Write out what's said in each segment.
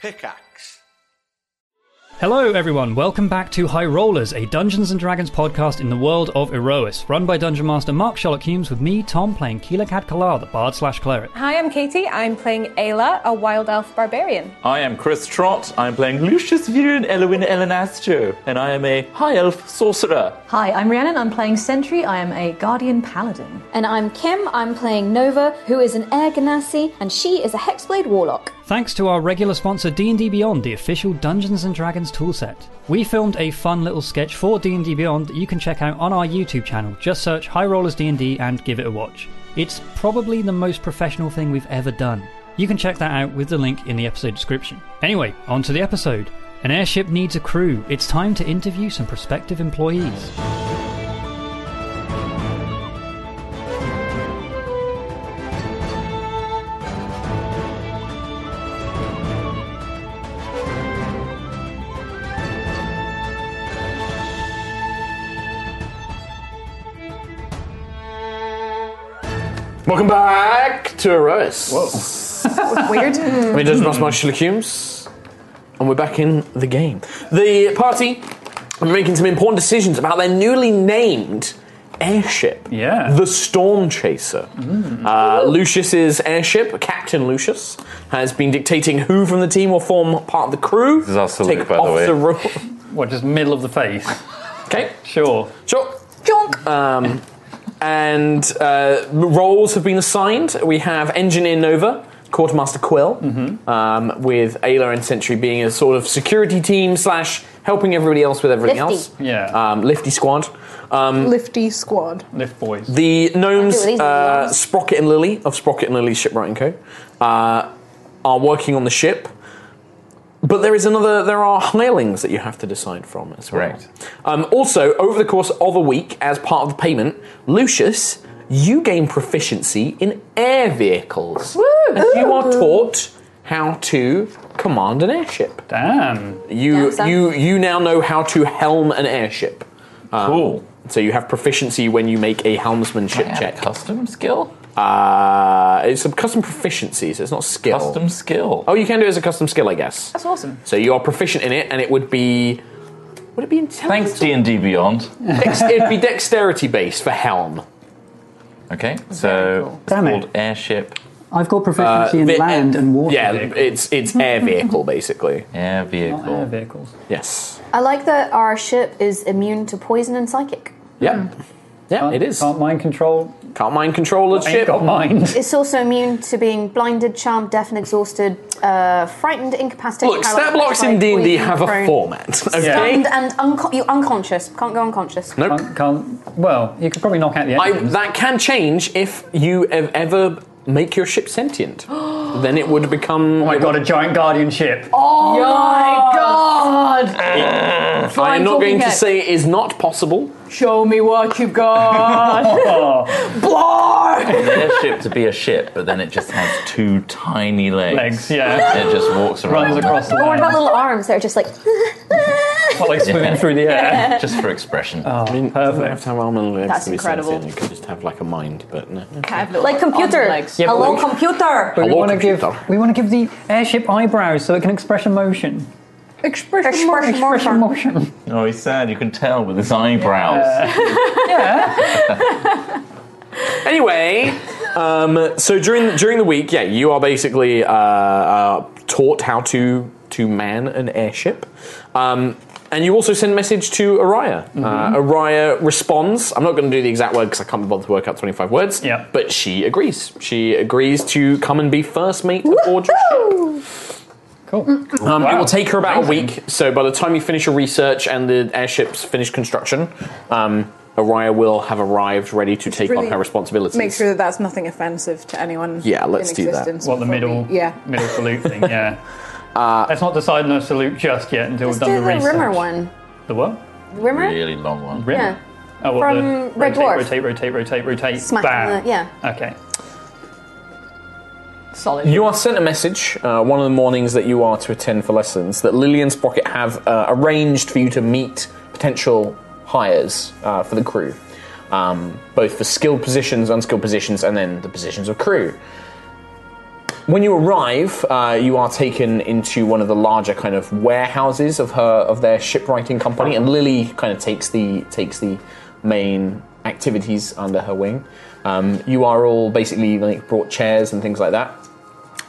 Pickaxe. Hello, everyone. Welcome back to High Rollers, a Dungeons and Dragons podcast in the world of Erois, run by Dungeon Master Mark Sherlock Humes, with me, Tom, playing Keela Kadkalar, the bard slash cleric. Hi, I'm Katie. I'm playing Ayla, a wild elf barbarian. I am Chris Trott. I'm playing Lucius Viren Elwin Elenastro, and I am a high elf sorcerer. Hi, I'm Rhiannon. I'm playing Sentry. I am a Guardian Paladin. And I'm Kim, I'm playing Nova, who is an Air Ganassi, and she is a Hexblade Warlock. Thanks to our regular sponsor D&D Beyond, the official Dungeons and Dragons toolset. We filmed a fun little sketch for D&D Beyond that you can check out on our YouTube channel. Just search High Rollers D&D and give it a watch. It's probably the most professional thing we've ever done. You can check that out with the link in the episode description. Anyway, on to the episode. An airship needs a crew. It's time to interview some prospective employees. Welcome back to Eros. Whoa. Weird. We just lost my Shulacumes, and we're back in the game. The party are making some important decisions about their newly named airship. Yeah. The Storm Chaser. Uh, Lucius's airship, Captain Lucius, has been dictating who from the team will form part of the crew. This is our salute, Take by the off way. the ro- What, just middle of the face? okay. Sure. Sure. Um, and uh, roles have been assigned. We have Engineer Nova, Quartermaster Quill, um, with Ayla and Sentry being a sort of security team slash helping everybody else with everything Lifty. else. Yeah. Um, lifty squad. Um, Lifty squad. Lift boys. The gnomes, Ooh, these are uh, nice. Sprocket and Lily of Sprocket and Lily's Shipwrighting Co. Uh, are working on the ship. But there is another. There are hirelings that you have to decide from as well. Correct. Um, also, over the course of a week, as part of the payment, Lucius, you gain proficiency in air vehicles. Woo! you are taught how to command an airship. Damn. You Damn, son. you you now know how to helm an airship. Um, Cool. So you have proficiency when you make a helmsmanship check. Custom skill? Uh, it's a custom proficiency, so it's not skill. Custom skill. Oh, you can do it as a custom skill, I guess. That's awesome. So you are proficient in it, and it would be. Would it be intelligence? Thanks, D&D Beyond. Dex- it'd be dexterity based for helm. Okay, so it's Damn it. called Airship I've got proficiency Uh, in the- land and water. Uh, Yeah, it's it's air vehicle basically. Air Air Vehicle. vehicles. Yes. I like that our ship is immune to poison and psychic. Yep. Yeah, it is. Hmm. Can't mind control. Can't mind control a Ain't ship. got mind. It's also immune to being blinded, charmed, deaf, and exhausted, uh, frightened, incapacitated. Look, paralyzed, stat blocks in petrified, D and D poisoned, have a prone, format. Okay. stunned And unco- you unconscious. Can't go unconscious. Nope. Can't, can't. Well, you could probably knock out the I, engines. that can change if you ev- ever make your ship sentient. then it would become. Oh my god, a giant guardian ship. Oh my Oh, god! I am I'm not talking going to head. say it is not possible. Show me what you've got! Oh Oh, An airship to be a ship, but then it just has two tiny legs. Legs, yeah. It just walks around. Runs across the Or what land. about little arms that are just like. Not like swimming through the air. Just for expression. Oh. I mean, perfect. have to have arm and legs That's to be incredible. sentient. You could just have like a mind, but no. like computer. Yeah. Hello, computer. But we Hello, want to give computer. we want to give the airship eyebrows so it can express emotion. Expression Expression mark. mark. Express emotion. oh, he's sad. You can tell with his eyebrows. Anyway, um, so during during the week, yeah, you are basically uh, uh, taught how to to man an airship, um, and you also send a message to Araya. Uh, Araya responds. I'm not going to do the exact word because I can't be bothered to work out 25 words. Yeah. but she agrees. She agrees to come and be first mate aboard your ship. Cool. Um, It Wow. will take her about a week. So by the time you finish your research and the airship's finished construction, um, Araya will have arrived ready to take really on her responsibilities. Make sure that that's nothing offensive to anyone. Yeah, let's in do that. existence What the before we- middle Yeah. middle salute thing? Yeah. Uh, Let's not decide on a salute just yet until Let's we've done do the the research. Rimmer one. The what? Rimmer? Really long one. Rimmer. Yeah. Oh, what, From the rotate, Red Dwarf. rotate, rotate, rotate, rotate. Smack Bam. on the- yeah. Okay. Solid. You are sent a message uh, one of the mornings that you are to attend for lessons that Lily and Sprocket have uh, arranged for you to meet potential hires uh, for the crew, um, both for skilled positions, unskilled positions, and then the positions of crew. When you arrive, uh, you are taken into one of the larger kind of warehouses of her of their shipwriting company, and Lily kind of takes the takes the main activities under her wing. Um, you are all basically like brought chairs and things like that,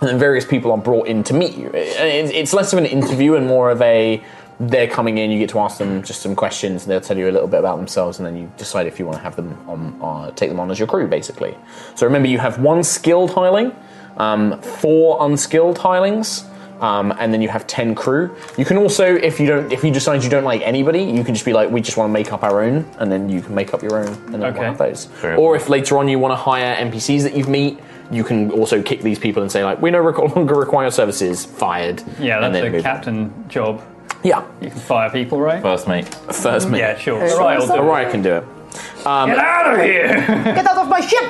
and then various people are brought in to meet you. It- it- It's less of an interview and more of a they're coming in. You get to ask them just some questions, and they'll tell you a little bit about themselves, and then you decide if you want to have them on, uh, take them on as your crew, basically. So remember, you have one skilled hireling, um, four unskilled hirelings, um, and then you have ten crew. You can also, if you don't, if you decide you don't like anybody, you can just be like, we just want to make up our own, and then you can make up your own, and then Okay. we'll have those. Or if later on you want to hire NPCs that you meet, you can also kick these people and say like, we no rec- longer require services. Fired. Yeah, And then that's a move on. captain job. Yeah, You can fire people, right? First mate. first mate. Yeah, sure. Hey, Right, I'll do it. Orion can do it. um, Get out of here! Get out of my ship!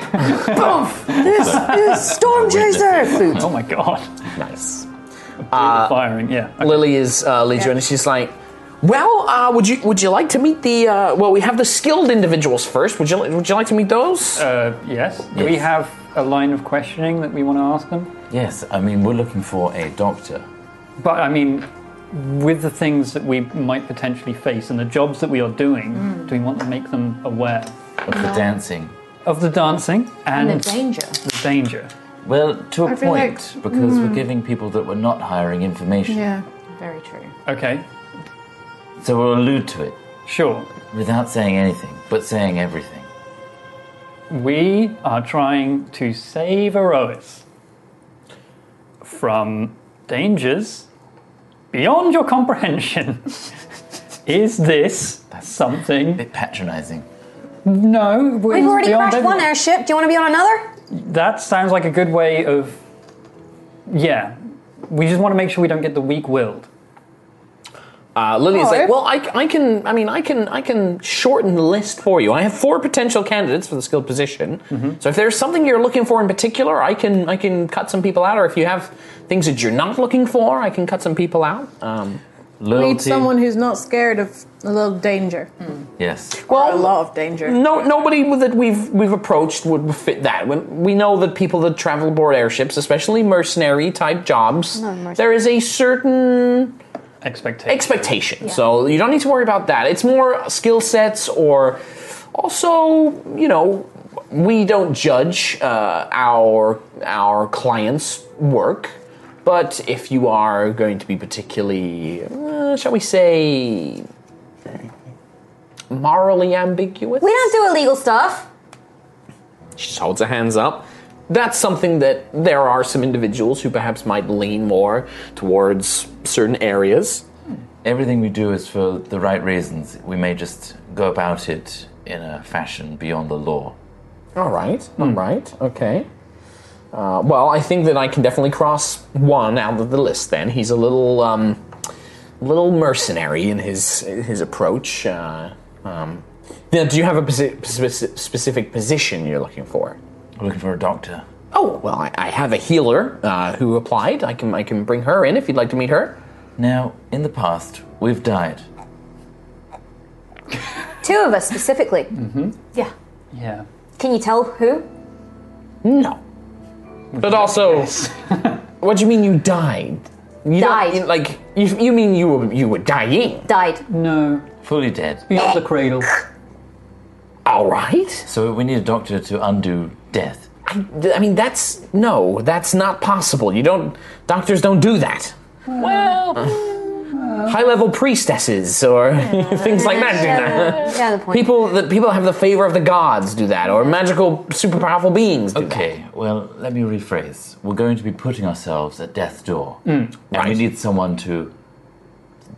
Poof! This is Storm Chaser! oh my god. Nice. Uh, Firing, yeah. Okay. Lily is uh, leads you in, and she's like, "Well, uh, would you would you like to meet the? Uh, well, we have the skilled individuals first. Would you li- would you like to meet those? Uh, yes. Do we Yes. have a line of questioning that we want to ask them? Yes, I mean, we're looking for a doctor. But I mean, with the things that we might potentially face and the jobs that we are doing, do we want to make them aware Of the dancing. of the dancing and, the danger. the danger? Well, to a I feel point, like- mm. because we're giving people that we're not hiring information. Yeah. Very true. Okay, So we'll allude to it sure. without saying anything, but saying everything. We are trying to save Erois from dangers beyond your comprehension. Is this A something? bit patronizing. No, We've already crashed one e- airship. Do you want to be on another? That sounds like a good way of. Yeah, we just want to make sure we don't get the weak-willed. Uh, Lily is Alright. like, well, I, I can, I mean, I can, I can shorten the list for you. I have four potential candidates for the skilled position. So if there's something you're looking for in particular, I can, I can cut some people out. Or if you have things that you're not looking for, I can cut some people out. Um, Loyalty. Need someone who's not scared of a little danger. Yes. Well, Mm. a lot of danger. no, nobody that we've we've approached would fit that. When we know that people that travel aboard airships, especially mercenary type jobs, there is a certain Expectation. expectation. So you don't need to worry about that. It's more skill sets or also, you know, we don't judge uh, our our clients' work. But if you are going to be particularly, uh, shall we say, morally ambiguous, We don't do illegal stuff. she just holds her hands up. That's something that there are some individuals who perhaps might lean more towards certain areas. Everything we do is for the right reasons. We may just go about it in a fashion beyond the law. All right. All right. Okay. Uh, well, I think that I can definitely cross one out of the list. Then he's a little, um, little mercenary in his his approach. Uh, um, now, do you have a posi- speci- specific position you're looking for? We're looking for a doctor. Oh, well, I, I have a healer uh, who applied. I can I can bring her in if you'd like to meet her. Now, in the past, we've died. Two of us specifically. Yeah. Yeah. Can you tell who? No, but also, what do you mean you died? You don't- Died. you- like you, you mean you were you were dying? Died. No, Fully dead. beyond the cradle. All right. So we need a doctor to undo death. I, I mean, that's no, that's not possible. You don't, doctors don't do that. Well, high level priestesses or things like that do that. Yeah, the point. People that people have the favor of the gods do that, or magical super powerful beings. Do Okay, well, let me rephrase. We're going to be putting ourselves at death's door. and we Right. need someone to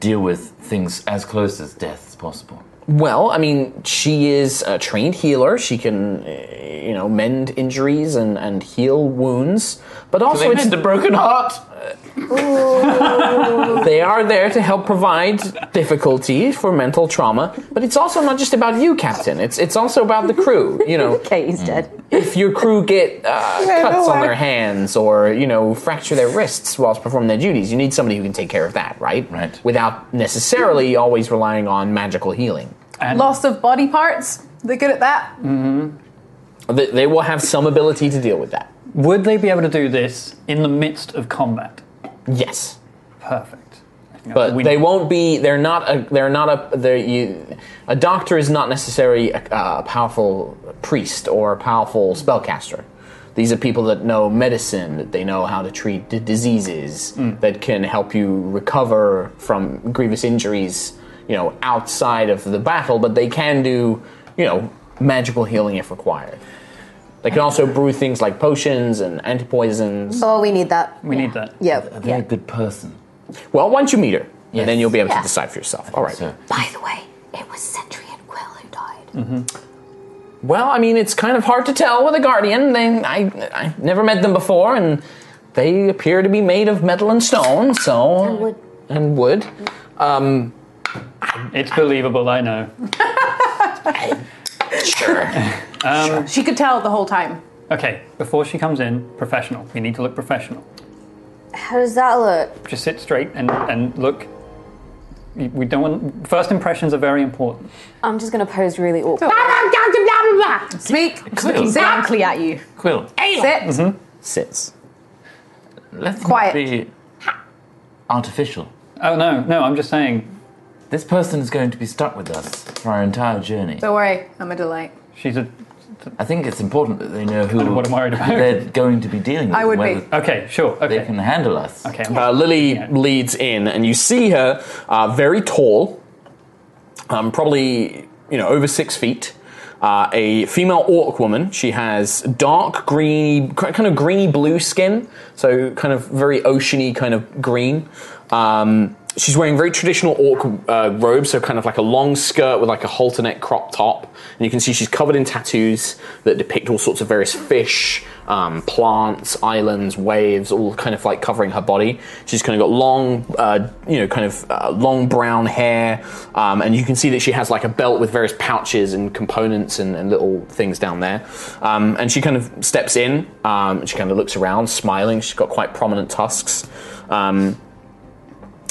deal with things as close as death as possible. that. Well, I mean, she is a trained healer. She can, uh, you know, mend injuries and, and heal wounds. But also, it's a broken heart. They are there to help provide difficulty for mental trauma, but it's also not just about you, Captain. It's it's also about the crew. You know, Okay, Mm. he's dead. if your crew get uh, cuts no on way. their hands or you know fracture their wrists whilst performing their duties, you need somebody who can take care of that, right? Right. Without necessarily always relying on magical healing. And Loss of body parts. They're good at that. They, they will have some ability to deal with that. Would they be able to do this in the midst of combat? Yes. Perfect. I think But we they need- won't be. They're not. A, they're not a. They're, you, a doctor is not necessarily a, a powerful priest or a powerful spellcaster. These are people that know medicine. That they know how to treat d- diseases. That can help you recover from grievous injuries. You know, outside of the battle, but they can do. You know, magical healing if required. They can also brew things like potions and antipoisons. Oh, we need that. We need that. Yeah. A very good person. Well, once you meet her, Yes. and then you'll be able Yeah. to decide for yourself. All right. So, By the way, it was Sentry and Quill who died. Well, I mean, it's kind of hard to tell with a guardian. They, I, I never met them before, and they appear to be made of metal and stone. So and wood. And wood. Um, It's believable, I know. sure. She could tell the whole time. Okay, before she comes in, professional. We need to look professional. How does that look? Just sit straight and, and look. You- We don't want. First impressions are very important. I'm just gonna pose really awkward. Speak. Quill. Exactly at you. Quill. Sit. Sits. Let's Quiet. not be artificial. Oh no, no, I'm just saying This person is going to be stuck with us for our entire journey. Don't worry, I'm a delight. she's a. I think it's important that they know who what I'm worried about. they're going to be dealing with. I would and whether be. Okay, sure. They Okay. can handle us. Okay. Uh, Lily leads in, and you see her uh, very tall, um, probably you know over six feet. Uh, a female orc woman. She has dark green, ki- kind of greeny blue skin, so kind of very oceany kind of green. Um, she's wearing very traditional orc uh, robes, so kind of like a long skirt with like a halter neck crop top, and you can see she's covered in tattoos that depict all sorts of various fish um, plants, islands, waves, all kind of like covering her body. She's kind of got long, uh, you know, kind of uh, long brown hair, um, and you can see that she has like a belt with various pouches and components and, and little things down there. Um, and she kind of steps in, um, and she kind of looks around, smiling. She's got quite prominent tusks. Um,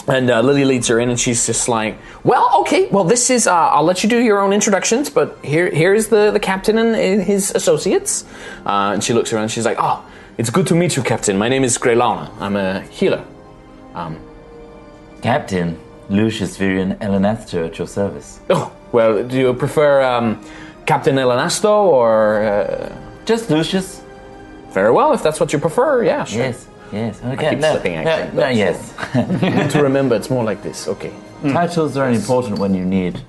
and uh, Lily leads her in, and she's just like, "Well, okay, well, this is. Uh, I'll let you do your own introductions, but here, here is the the captain and his associates." Uh, and she looks around. And she's like, "Oh, it's good to meet you, Captain. My name is Grelana. I'm a healer." Captain Lucius Virian Elenester at your service. Oh, well, do you prefer um, Captain Elanasto or? Uh, Just Lucius. very well, if that's what you prefer. Yeah, sure. Yes. Yes. Okay. keep no, slipping no, accent, no, but- yes. Mm. Need to remember, it's more like this. Okay. Titles are only important when you need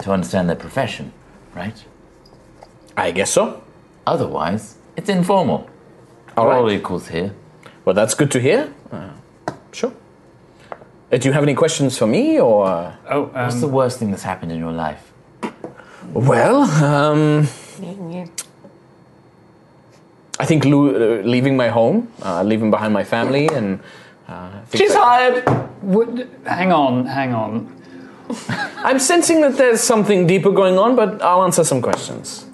to understand their profession, right? I guess so. Otherwise, it's informal. All, right. all equals here. Well, that's good to hear. Uh, sure. Uh, do you have any questions for me or? uh, Oh, What's um, the worst thing that's happened in your life? Well, um, I think lo- uh, leaving my home, uh, leaving behind my family, and uh, things like- hired. Would, hang on, hang on. I'm sensing that there's something deeper going on, but I'll answer some questions.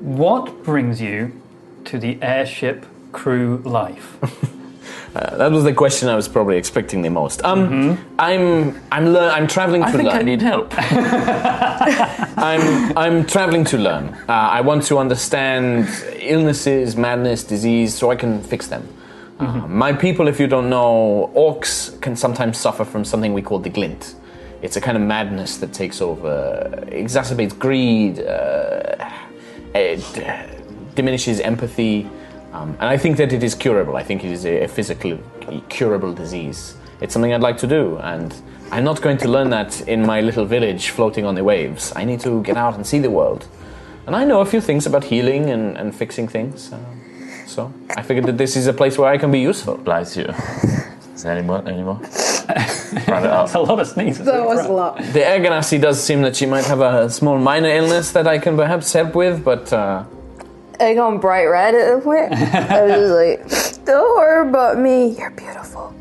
What brings you to the airship crew life? Uh, that was the question I was probably expecting the most. Um, I'm I'm lear- I'm traveling to Mm-hmm. I think learn. I need help. I'm I'm traveling to learn. Uh, I want to understand illnesses, madness, disease, so I can fix them. Uh, my people, if you don't know, orcs can sometimes suffer from something we call the glint. It's a kind of madness that takes over, exacerbates greed, uh, it uh, diminishes empathy, um, and I think that it is curable. I think it is a, a physical curable disease. It's something I'd like to do, and I'm not going to learn that in my little village floating on the waves. I need to get out and see the world, and I know a few things about healing and, and fixing things. Uh, so I figured that this is a place where I can be useful. Bless you. Is there anyone anymore? Run it up. That's a lot of sneezes. That was a lot. The Erganasi does seem that she might have a small minor illness that I can perhaps help with, but. Uh, I gone bright red at the point. I was just like, don't worry about me. You're beautiful.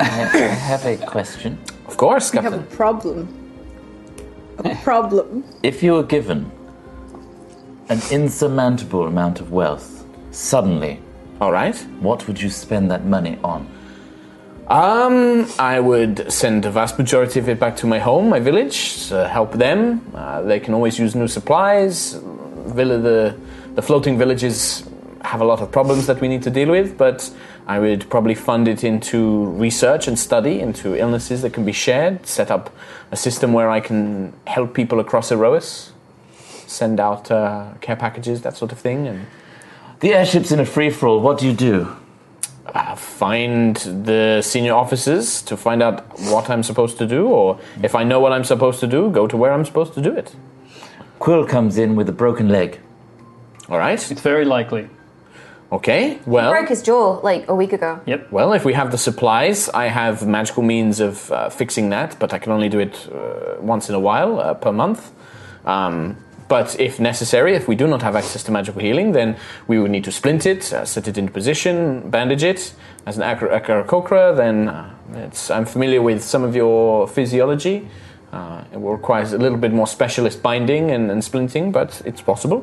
I have a question. of course, I have Captain. a problem. A problem. If you were given an insurmountable amount of wealth suddenly, All right. what would you spend that money on? Um, I would send the vast majority of it back to my home, my Uh, village, to help them. Uh, they can always use new supplies. Villa the The floating villages have a lot of problems that we need to deal with, but I would probably fund it into research and study, into illnesses that can be shared, set up a system where I can help people across Erois, send out uh, care packages, that sort of thing. And the airship's in a free for all. What do you do? Uh, find the senior officers to find out what I'm supposed to do, or if I know what I'm supposed to do, go to where I'm supposed to do it. Quill comes in with a broken leg. All right. It's very likely. Okay. Well. Broke his jaw like a week ago. Yep. Well, if we have the supplies, I have magical means of uh, fixing that, but I can only do it uh, once in a while uh, per month. Um, but if necessary, if we do not have access to magical healing, then we would need to splint it, uh, set it into position, bandage it. As an acrococra, then uh, it's, I'm familiar with some of your physiology. Uh, it requires a little bit more specialist binding and, and splinting, but it's possible.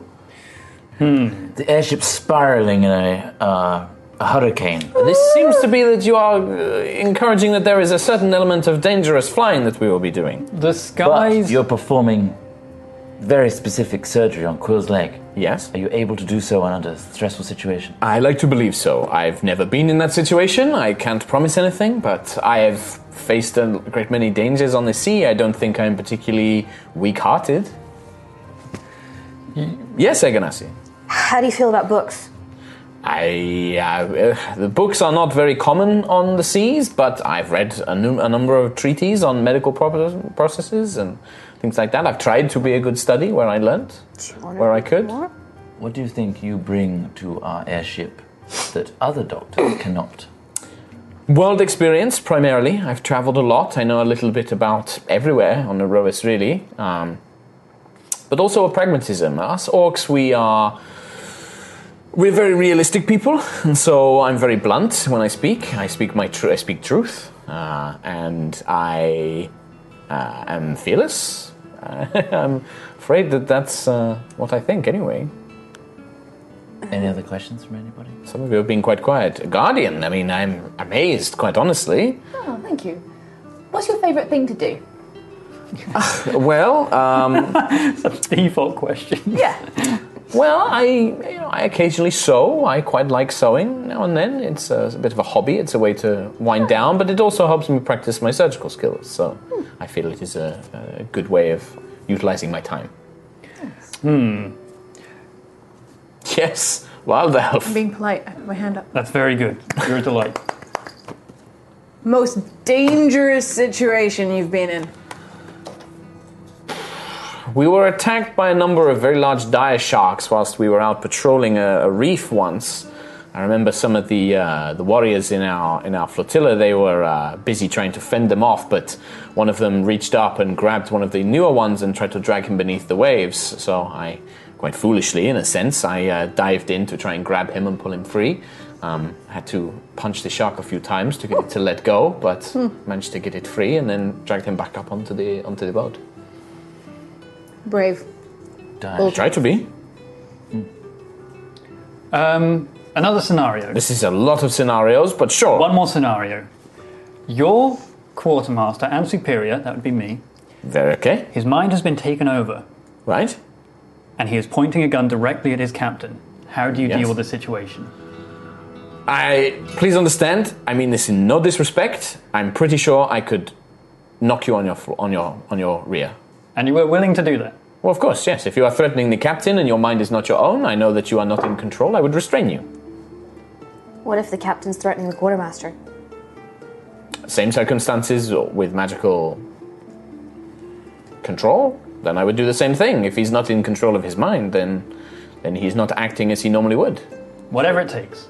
The airship's spiraling in a, uh, a hurricane. Oh, This seems to be that you are uh, encouraging that there is a certain element of dangerous flying that we will be doing. The But skies. you're performing very specific surgery on Quill's leg. Yes? Are you able to do so under a stressful situation? I like to believe so. I've never been in that situation. I can't promise anything, but I have faced a great many dangers on the sea. I don't think I'm particularly weak hearted. Yes, Eganassi. How do you feel about books? I uh, the books are not very common on the seas, but I've read a, num- a number of treatises on medical pro- processes and things like that. I've tried to be a good study where I learnt, where I could. What do you think you bring to our airship that other doctors cannot? World experience primarily. I've traveled a lot. I know a little bit about everywhere on the Roas, really. Um, but also a pragmatism. Us orcs, we are. We're very realistic people, and so I'm very blunt when I speak. I speak my tr- I speak truth, uh, and I uh, am fearless. I'm afraid that that's uh, what I think, anyway. Any other questions from anybody? Some of you have been quite quiet. Guardian. I mean, I'm amazed, quite honestly. Oh, thank you. What's your favourite thing to do? Well, um, Default question. Well, I, you know, I occasionally sew. I quite like sewing now and then. It's a, it's a bit of a hobby. It's a way to wind down, but it also helps me practice my surgical skills. So I feel it is a, a good way of utilizing my time. Hmm. Yes, wild elf. I'm being polite. I have my hand up. That's very good. You're a delight. Most dangerous situation you've been in. We were attacked by a number of very large dire sharks whilst we were out patrolling a, a reef once. I remember some of the uh, the warriors in our in our flotilla. They were uh, busy trying to fend them off, but one of them reached up and grabbed one of the newer ones and tried to drag him beneath the waves. So I, quite foolishly in a sense, I uh, dived in to try and grab him and pull him free. Um, had to punch the shark a few times to get it to let go, but managed to get it free and then dragged him back up onto the onto the boat. Brave. Dire Tried to be. Um, another scenario. This is a lot of scenarios, but sure. One more scenario. Your quartermaster and superior, that would be me, Very okay, his mind has been taken over right? and he is pointing a gun directly at his captain. How do you Yes. deal with the situation? I please understand. I mean this in no disrespect. I'm pretty sure I could knock you on your fl- on your on your rear. And you were willing to do that. Well, of course, yes. If you are threatening the captain and your mind is not your own, I know that you are not in control. I would restrain you. What if the captain's threatening the quartermaster? Same circumstances with magical control. Then I would do the same thing. If he's not in control of his mind, then then he's not acting as he normally would. Whatever it takes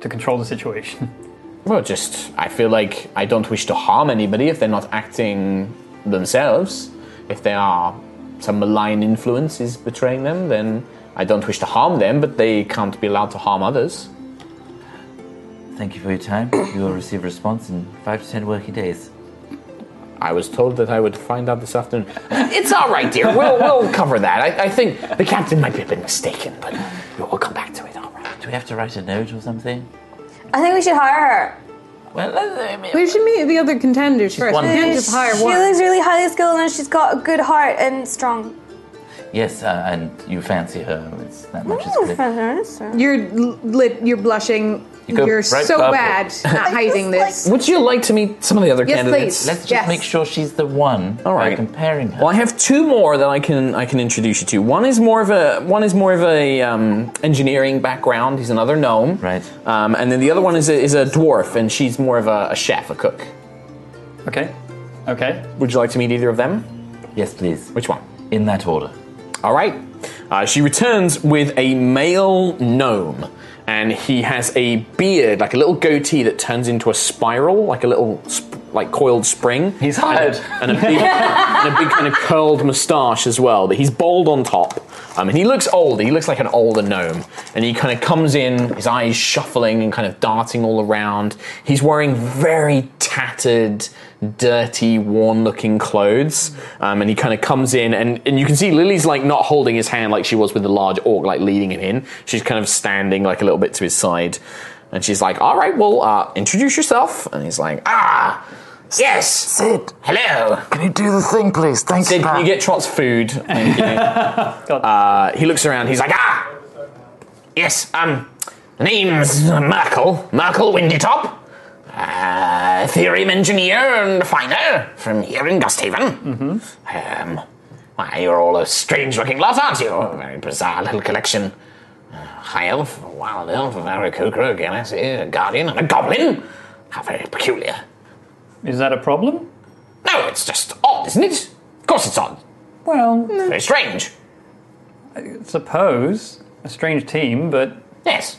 to control the situation. Well, just I feel like I don't wish to harm anybody if they're not acting themselves. If they are some malign influence is betraying them, then I don't wish to harm them, but they can't be allowed to harm others. Thank you for your time. You will receive a response in five to ten working days. I was told that I would find out this afternoon. It's all right, dear. We'll we'll cover that. I, I think the captain might be a bit mistaken, but we'll come back to it. All right. Do we have to write a note or something? I think we should hire her. Well, I mean, We should meet the other contenders first. one We can't just hire She one. looks really highly skilled and she's got a good heart and strong. Yes, uh, and you fancy her. It's that much Oh, is clear. You're l- lit. You're blushing. You go You are right so purple. bad at hiding this. Would you like to meet some of the other Yes, candidates? please. Let's just Yes. make sure she's the one. All right. By comparing her. Well, I have two more that I can I can introduce you to. One is more of a one is more of a um, engineering background. He's another gnome, Right. Um, and then the other one is a, is a dwarf, and she's more of a, a chef, a cook. Okay. Okay. Would you like to meet either of them? Yes, please. Which one? In that order. All right. Uh, she returns with a male gnome, and he has a beard, like a little goatee that turns into a spiral, like a little sp- like coiled spring. He's hired. and a, and a big, and a big kind of curled moustache as well. But he's bald on top, um, and he looks older. He looks like an older gnome, and he kind of comes in, his eyes shuffling and kind of darting all around. He's wearing very tattered, dirty, worn-looking clothes, um, and he kind of comes in, and, and you can see Lily's like not holding his hand like she was with the large orc, like leading him in. She's kind of standing like a little bit to his side. And she's like, "All right, well, uh, introduce yourself." And he's like, "Ah, yes, Sid, hello." can you do the thing, please? Thanks, Sid, can you get Trot's food? Thank you. uh, he looks around. He's like, ah, yes. Um, name's Merkel. Merkel Windytop. Uh, theorem engineer and refiner from here in Gusthaven. Um, why, you're all a strange-looking lot, aren't you? A very bizarre little collection. Uh, High elf, a wild elf, a varicocra, a galaxy, a guardian, and a goblin. How very peculiar. Is that a problem? No, Oh, it's just odd, isn't it? Of course it's odd. Well, Very strange. suppose a strange team, but Yes.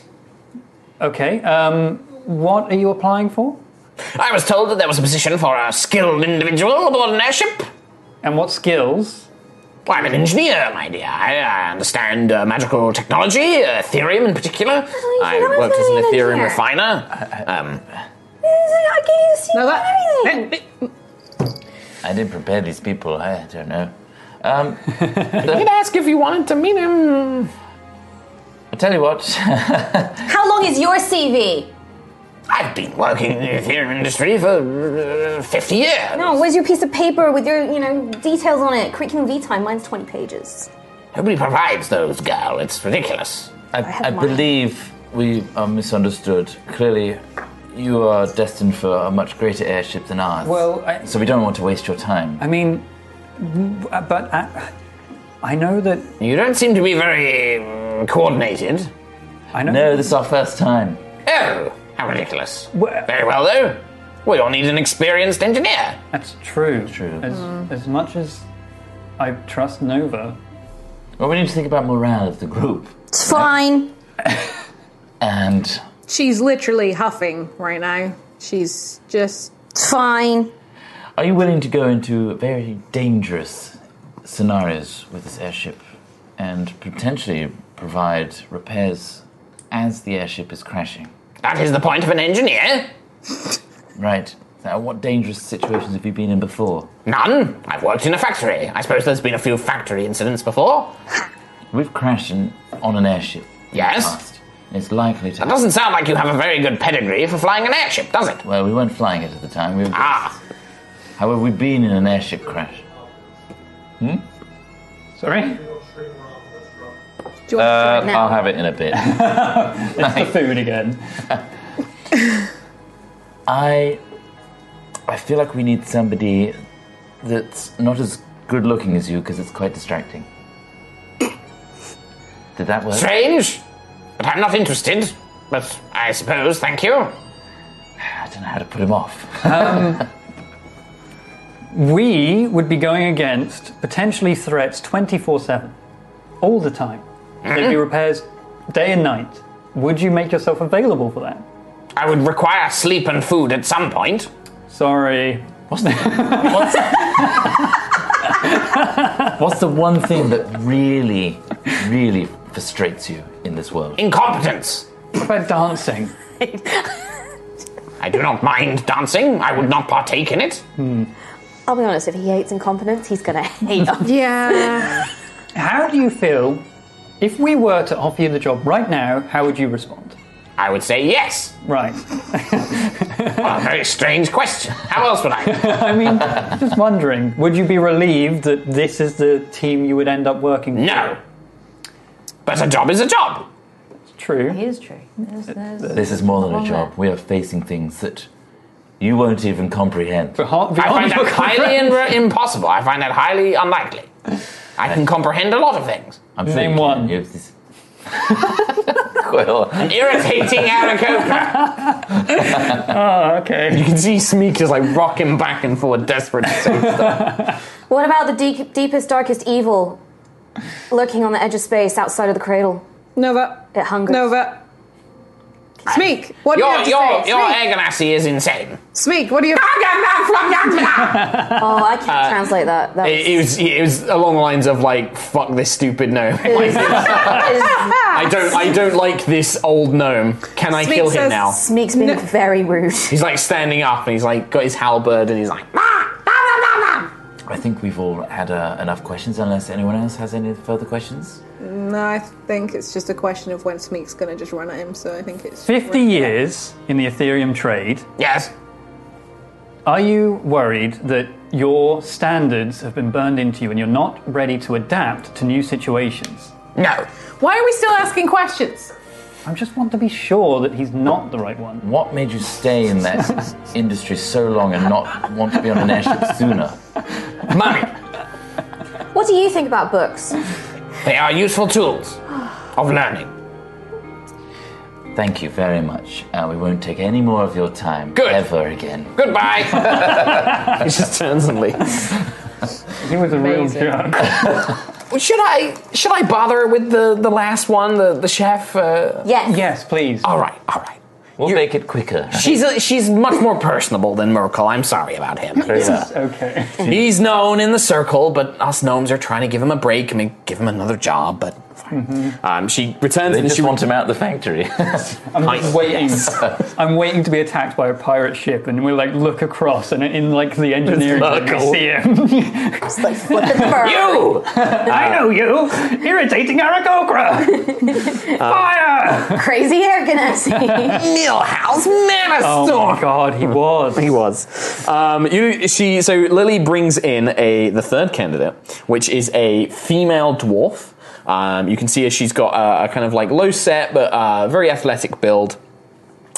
okay. Um, what are you applying for? I was told that there was a position for a skilled individual aboard an airship. And what skills? Well, I'm an engineer, my dear. I, I understand uh, magical technology, uh, Ethereum in particular. you I don't worked as an have to be an Ethereum engineer. refiner. Um, I gave you a Now that- I didn't prepare these people. I don't know. Um, I'd ask if you wanted to meet him. I'll tell you what. How long is your CV? I've been working in the Ethereum industry for uh, 50 years. No, where's your piece of paper with your, you know, details on it? Curriculum vitae, mine's 20 pages. Nobody provides those, girl. It's ridiculous. I, I believe we are misunderstood. Clearly, you are destined for a much greater airship than ours. Well, I- so we don't want to waste your time. I mean, w- uh, but I, I know that You don't seem to be very mm, coordinated. I know. no, this is our first time. Oh, how ridiculous. Well- Very well, though. We all need an experienced engineer. That's true. True. As as much as I trust Nova, Well, we need to think about morale of the group. It's fine. And she's literally huffing right now. She's just It's fine. are you willing to go into very dangerous scenarios with this airship and potentially provide repairs as the airship is crashing? That is the point of an engineer. Right. Now, what dangerous situations have you been in before? None. I've worked in a factory. I suppose there's been a few factory incidents before. We've crashed in, on an airship. in the Yes. past. And It's likely to. That doesn't sound like you have a very good pedigree for flying an airship, does it? Well, we weren't flying it at the time. We were, Ah, However, we've been in an airship crash. sorry, Uh, I'll have it in a bit. the food again. I, I feel like we need somebody that's not as good looking as you because it's quite distracting. Did that work? strange. But I'm not interested. But I suppose, thank you. I don't know how to put him off. We would be going against potentially threats twenty four seven, all the time. There'd be repairs day and night. Would you make yourself available for that? I would require sleep and food at some point. Sorry. What's the, what's, what's the one thing that really, really frustrates you in this world? Incompetence. What about dancing? I do not mind dancing. I would not partake in it. I'll be honest, if he hates incompetence, he's gonna hate us. yeah. How do you feel if we were to offer you the job right now? How would you respond? I would say yes. Right. Well, a very strange question. How else would I? I mean, just wondering, would you be relieved that this is the team you would end up working for? No. But a job is a job. True. It is true. There's, there's This is more than wrong a job. We are facing things that you won't even comprehend. I find that highly inver- impossible. I find that highly unlikely. I can comprehend a lot of things. I'm sure Name one. This. Quill. An irritating Aarakocra. oh, okay. You can see Smeek just like rocking back and forth, desperate to say stuff. What about the deep, deepest, darkest evil lurking on the edge of space outside of the cradle? Nova. It hungers. Nova. Smeek, what do your you have to your, say? your Smeek, Aganassi is insane. Smeek, what do you oh, I can't Uh, translate that. that It, it was it was along the lines of like fuck this stupid gnome. Like, I don't I don't like this old gnome. Can I kill him now? Smeek's been very rude. He's like standing up and he's like got his halberd and he's like I think we've all had uh, enough questions, unless anyone else has any further questions. No, I think it's just a question of when Smeek's gonna just run at him, so I think it's. 50 years in the Ethereum trade. Yes. Are you worried that your standards have been burned into you and you're not ready to adapt to new situations? No. Why are we still asking questions? I just want to be sure that he's not the right one. What made you stay in that industry so long and not want to be on an airship sooner? What do you think about books? They are useful tools of learning. Thank you very much. Uh, we won't take any more of your time Good. ever again. Goodbye. He just turns and leaves. He was a Amazing. real jerk. should I should I bother with the, the last one, the, the chef? Uh, yes. Yes, please. Oh, All right, all right. We'll make it quicker. She's a, she's much more personable than Merkel. I'm sorry about him. He's, uh, Okay. he's known in the circle, but us gnomes are trying to give him a break. I mean, give him another job, but um, she returns They and just she want him out the factory. I'm just Nice. waiting. I'm waiting to be attacked by a pirate ship, and we like look across, and in like the engineering, room, we Merkel. see him. you! I know you, irritating Arakokra. Fire! Crazy hair, Ganassi. Millhouse Oh Manastorm. my god, he was. He was. Um, you, she, so Lily brings in a the third candidate, which is a female dwarf. Um, you can see her, she's got a, a kind of like low set, but uh, very athletic build.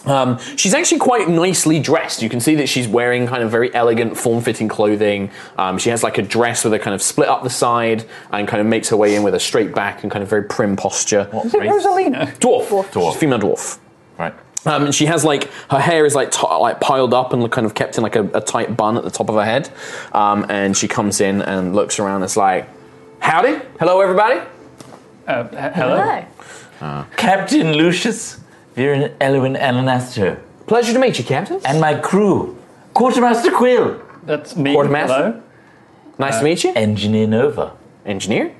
Um, she's actually quite nicely dressed. You can see that she's wearing kind of very elegant, form-fitting clothing. Um, she has like a dress with a kind of split up the side and kind of makes her way in with a straight back and kind of very prim posture. Is it Rosalina? Dwarf. She's a female dwarf. right. Um, and she has like her hair is like t- like piled up and kind of kept in like a, a tight bun at the top of her head. Um, and she comes in and looks around. and It's like, howdy, hello everybody. Uh, he- hello. Captain Lucius, Viren Elwin Ananastro, Pleasure to meet you, Captain. and my crew, Quartermaster Quill, That's me. Quartermaster? Hello. Nice uh, to meet you, Engineer Nova, engineer.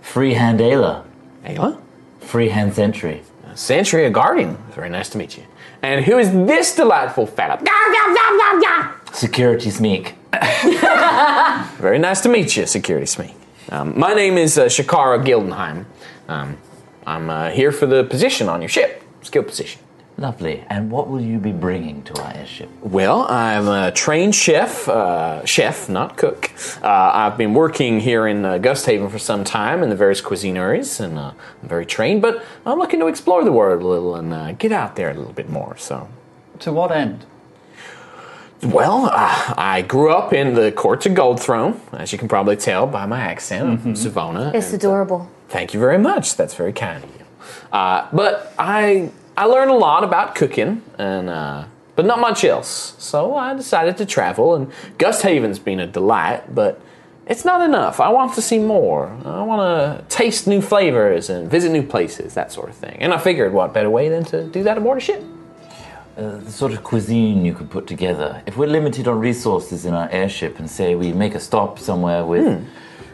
Freehand Ayla, Ayla, Freehand Sentry. Sentry a Guardian. Very nice to meet you. And who is this delightful fella? Yum, yum, yum, yum, yum. Security Smeek. Very nice to meet you, Security Smeek. Um, my name is uh, Shakara Gildenheim. Um, I'm uh, here for the position on your ship, skill position. Lovely. And what will you be bringing to our airship? Well, I'm a trained chef, uh, chef, not cook. Uh, I've been working here in uh, Gusthaven for some time in the various cuisineries, and uh, I'm very trained, but I'm looking to explore the world a little and uh, get out there a little bit more, so. To what end? Well, uh, I grew up in the courts of Gold Throne, as you can probably tell by my accent, I'm from Savona. it's and- adorable. Thank you very much. That's very kind of you. Uh, but I I learned a lot about cooking and uh, but not much else. So I decided to travel, and Gust Haven's been a delight, but it's not enough. I want to see more. I want to taste new flavors and visit new places, that sort of thing. And I figured, what better way than to do that aboard a ship? Uh, The sort of cuisine you could put together. If we're limited on resources in our airship and say we make a stop somewhere with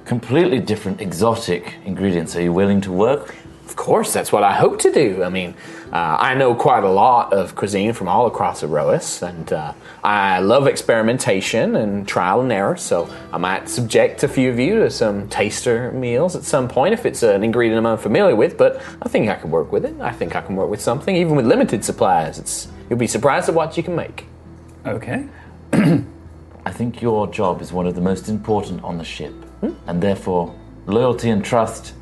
completely different exotic ingredients, are you willing to work? Of course, that's what I hope to do. I mean, uh, I know quite a lot of cuisine from all across Erois, and uh, I love experimentation and trial and error, so I might subject a few of you to some taster meals at some point if it's an ingredient I'm unfamiliar with, but I think I can work with it. I think I can work with something, even with limited supplies. It's, you'll be surprised at what you can make. Okay. I think your job is one of the most important on the ship, and therefore loyalty and trust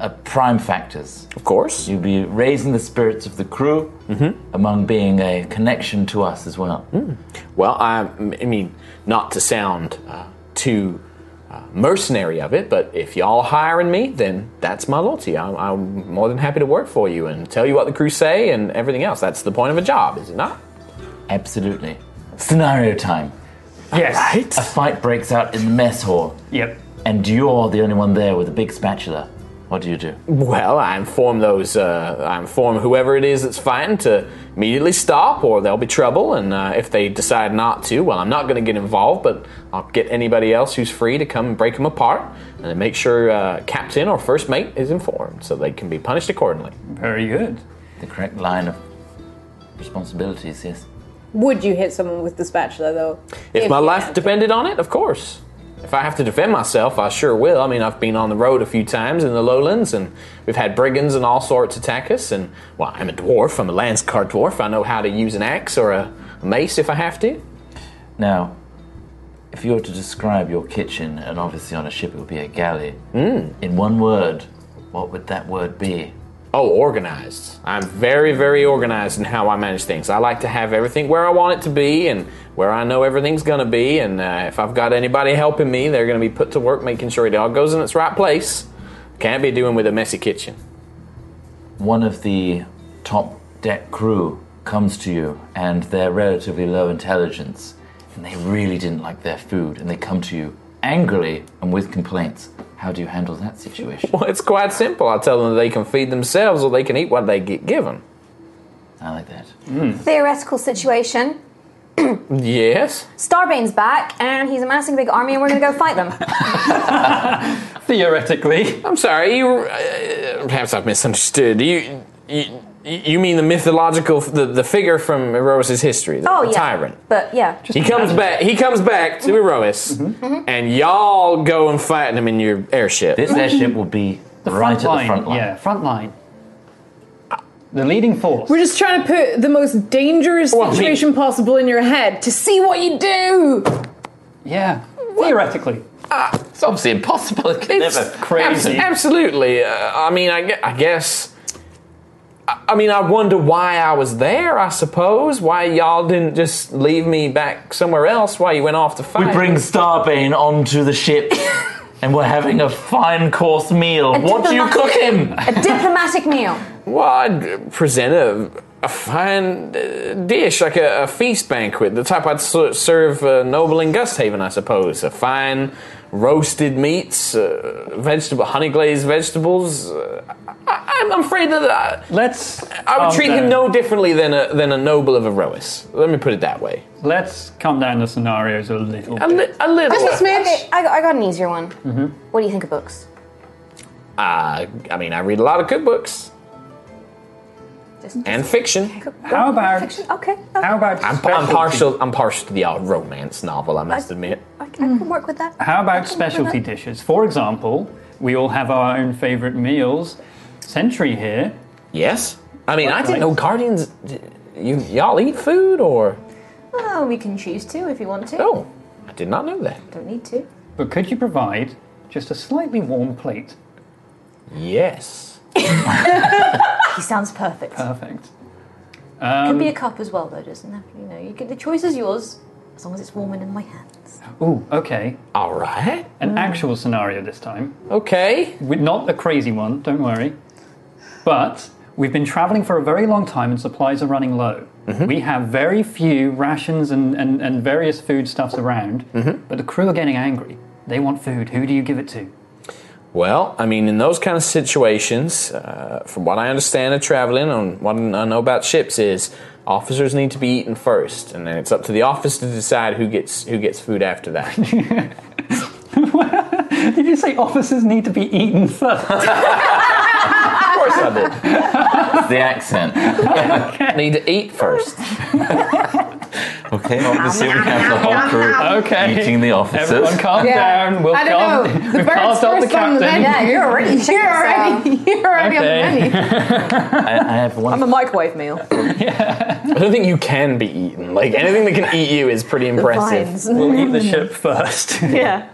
are prime factors. Of course. You'll be raising the spirits of the crew among being a connection to us as well. Well, I, I mean, not to sound uh, too uh, mercenary of it, but if y'all hiring me, then that's my loyalty. I'm, I'm more than happy to work for you and tell you what the crew say and everything else. That's the point of a job, is it not? Absolutely. Scenario time. Yes. A fight breaks out in the mess hall. Yep. And you're the only one there with a big spatula. What do you do? Well, I inform those, uh, I inform whoever it is that's fighting to immediately stop or there'll be trouble. And uh, if they decide not to, well, I'm not going to get involved, but I'll get anybody else who's free to come and break them apart and then make sure uh, captain or first mate is informed so they can be punished accordingly. Very good. The correct line of responsibilities, yes. Would you hit someone with the spatula though? If, If my you life depended on it, of course. If I have to defend myself, I sure will. I mean, I've been on the road a few times in the lowlands, and we've had brigands and all sorts attack us. And, well, I'm a dwarf. I'm a Landscar dwarf. I know how to use an axe or a mace if I have to. Now, if you were to describe your kitchen, and obviously on a ship it would be a galley, in one word, what would that word be? Oh, organized. I'm very, very organized in how I manage things. I like to have everything where I want it to be and where I know everything's going to be. And uh, if I've got anybody helping me, they're going to be put to work making sure it all goes in its right place. Can't be doing with a messy kitchen. One of the top deck crew comes to you, and they're relatively low intelligence, and they really didn't like their food, and they come to you angrily and with complaints. How do you handle that situation? Well, it's quite simple. I tell them they can feed themselves or they can eat what they get given. I like that. Theoretical situation. Yes. Starbane's back, and he's amassing a big army, and we're gonna go fight them. Theoretically. I'm sorry. You uh, perhaps I've misunderstood. You you, you mean the mythological the, the figure from Erois's history, the, oh the yeah. tyrant. But yeah. he comes back. He comes back to Erois, and y'all go and fight him in your airship. This airship will be right at the front line. Yeah, front line. The leading force. We're just trying to put the most dangerous Well, I mean- situation possible in your head to see what you do. Yeah. Theoretically. Ah, It's obviously impossible. It can never Crazy. Abs- absolutely. Uh, I mean, I, gue- I guess. I I mean, I wonder why I was there. I suppose why y'all didn't just leave me back somewhere else. Why you went off to fight? We bring Starbane onto the ship, and we're having a fine course meal. A what do you cook diplomatic- him? A diplomatic meal. Well, I'd present a, a fine uh, dish, like a, a feast banquet, the type I'd ser- serve uh, noble in Gusthaven, I suppose. A fine roasted meats, uh, vegetable, honey glazed vegetables. Uh, I, I'm afraid that uh, I, Let's. I would calm treat down. him no differently than a, than a noble of Erois. Let me put it that way. Let's calm down the scenarios a little. A, li- a little. Okay, I, got- I got an easier one. Mm-hmm. What do you think of books? Uh, I mean, I read a lot of cookbooks Just, and fiction. How about fiction? Okay. okay. how about I'm, I'm specialty- partial. I'm partial to the odd romance novel. I must admit. I, I can work with that. How I about can work with specialty that. dishes? For example, we all have our own favourite meals. Sentry here. Yes. I mean, I didn't Right. know Guardians. d- You y'all eat food or? Oh, we can choose to if you want Oh. to. No, I did not know that. Don't need to. But could you provide just a slightly warm plate? Yes. He sounds perfect. Perfect. could Um, be a cup as well, though, doesn't have to. You know, you could, the choice is yours as long as it's warm and in my hands. Ooh, okay. All right. An Hmm. actual scenario this time. Okay. We're not a crazy one, don't worry. But we've been traveling for a very long time and supplies are running low. Mm-hmm. We have very few rations and, and, and various foodstuffs around, Mm-hmm. but the crew are getting angry. They want food. Who do you give it to? Well, I mean, in those kind of situations, uh, from what I understand of traveling and what I know about ships, is officers need to be eaten first, and then it's up to the office to decide who gets who gets food after that. Did you say officers need to be eaten first? flooded. it's the accent. Need to eat first. Okay, obviously we have the whole crew Okay. eating the officers. Everyone calm Yeah. down. We'll I calm. don't know. The we've bird's carved out the first on the captain. menu. Yeah, you're already. You're already. You're already on the menu. I, I have one. I'm a microwave meal. I don't think you can be eaten. Like anything that can eat you is pretty impressive. vines. We'll eat the ship first. Yeah.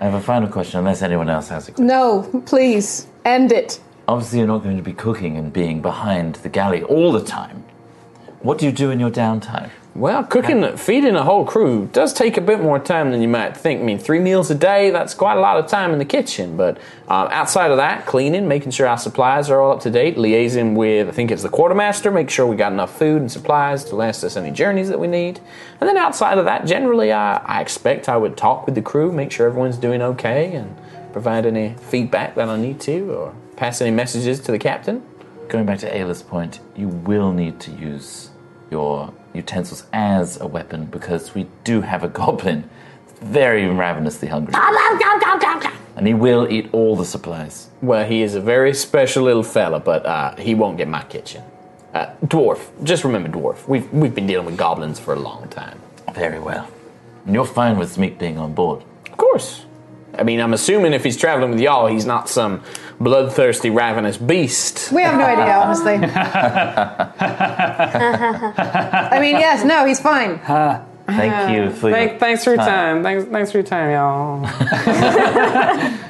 I have a final question, unless anyone else has a No, please end it. Obviously, you're not going to be cooking and being behind the galley all the time. What do you do in your downtime? Well, cooking, feeding a whole crew does take a bit more time than you might think. I mean, three meals a day, that's quite a lot of time in the kitchen. But um, outside of that, cleaning, making sure our supplies are all up to date, liaising with, I think it's the quartermaster, make sure we got enough food and supplies to last us any journeys that we need. And then outside of that, generally, I, I expect I would talk with the crew, make sure everyone's doing okay, and provide any feedback that I need to, or pass any messages to the captain. Going back to Ayla's point, you will need to use your utensils as a weapon because we do have a goblin that's very ravenously hungry. And he will eat all the supplies. Well, he is a very special little fella, but uh, he won't get my kitchen. Uh, dwarf, just remember dwarf. We've we've been dealing with goblins for a long time. Very well. And you're fine with Smeek being on board. Of course. I mean, I'm assuming if he's traveling with y'all, he's not some bloodthirsty, ravenous beast. We have no idea, honestly. I mean, yes, no, he's fine. Thank you for Thank- your thanks for your time. Ah, Thanks, thanks for your time, y'all.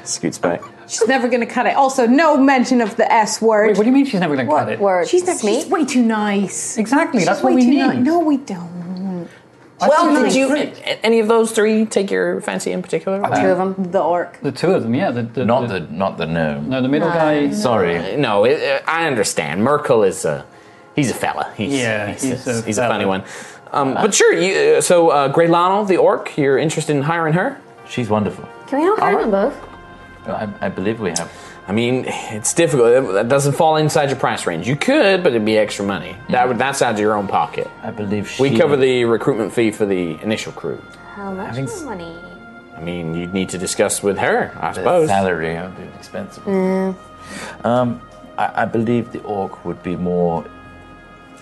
Scoots back. She's never gonna cut it. Also, no mention of the S word. what do you mean she's never gonna cut it? Word. She's, never, she's way too nice. Exactly, She's that's what way we too need. ni- No, we don't. Well, She's did you nice. a- any of those three take your fancy in particular? Two of them. The orc. The two of them, yeah. The, the, Not the, not the gnome. No, the middle guy. Sorry. No, it, it- I understand. Merkel is a he's a fella. He's, Yeah, he's, he's a a, he's a funny one. Um, but sure, you, so uh, Grey Lionel, the orc, you're interested in hiring her? She's wonderful. Can we not hire them both? I, I believe we have. I mean, it's difficult. That doesn't fall inside your price range. You could, but it'd be extra money. Mm-hmm. That would that's out of your own pocket. I believe she. We cover the recruitment fee for the initial crew. How much Having- money? I mean, you'd need to discuss with her, I the suppose. salary. It would be expensive. Mm. Um, I, I believe the orc would be more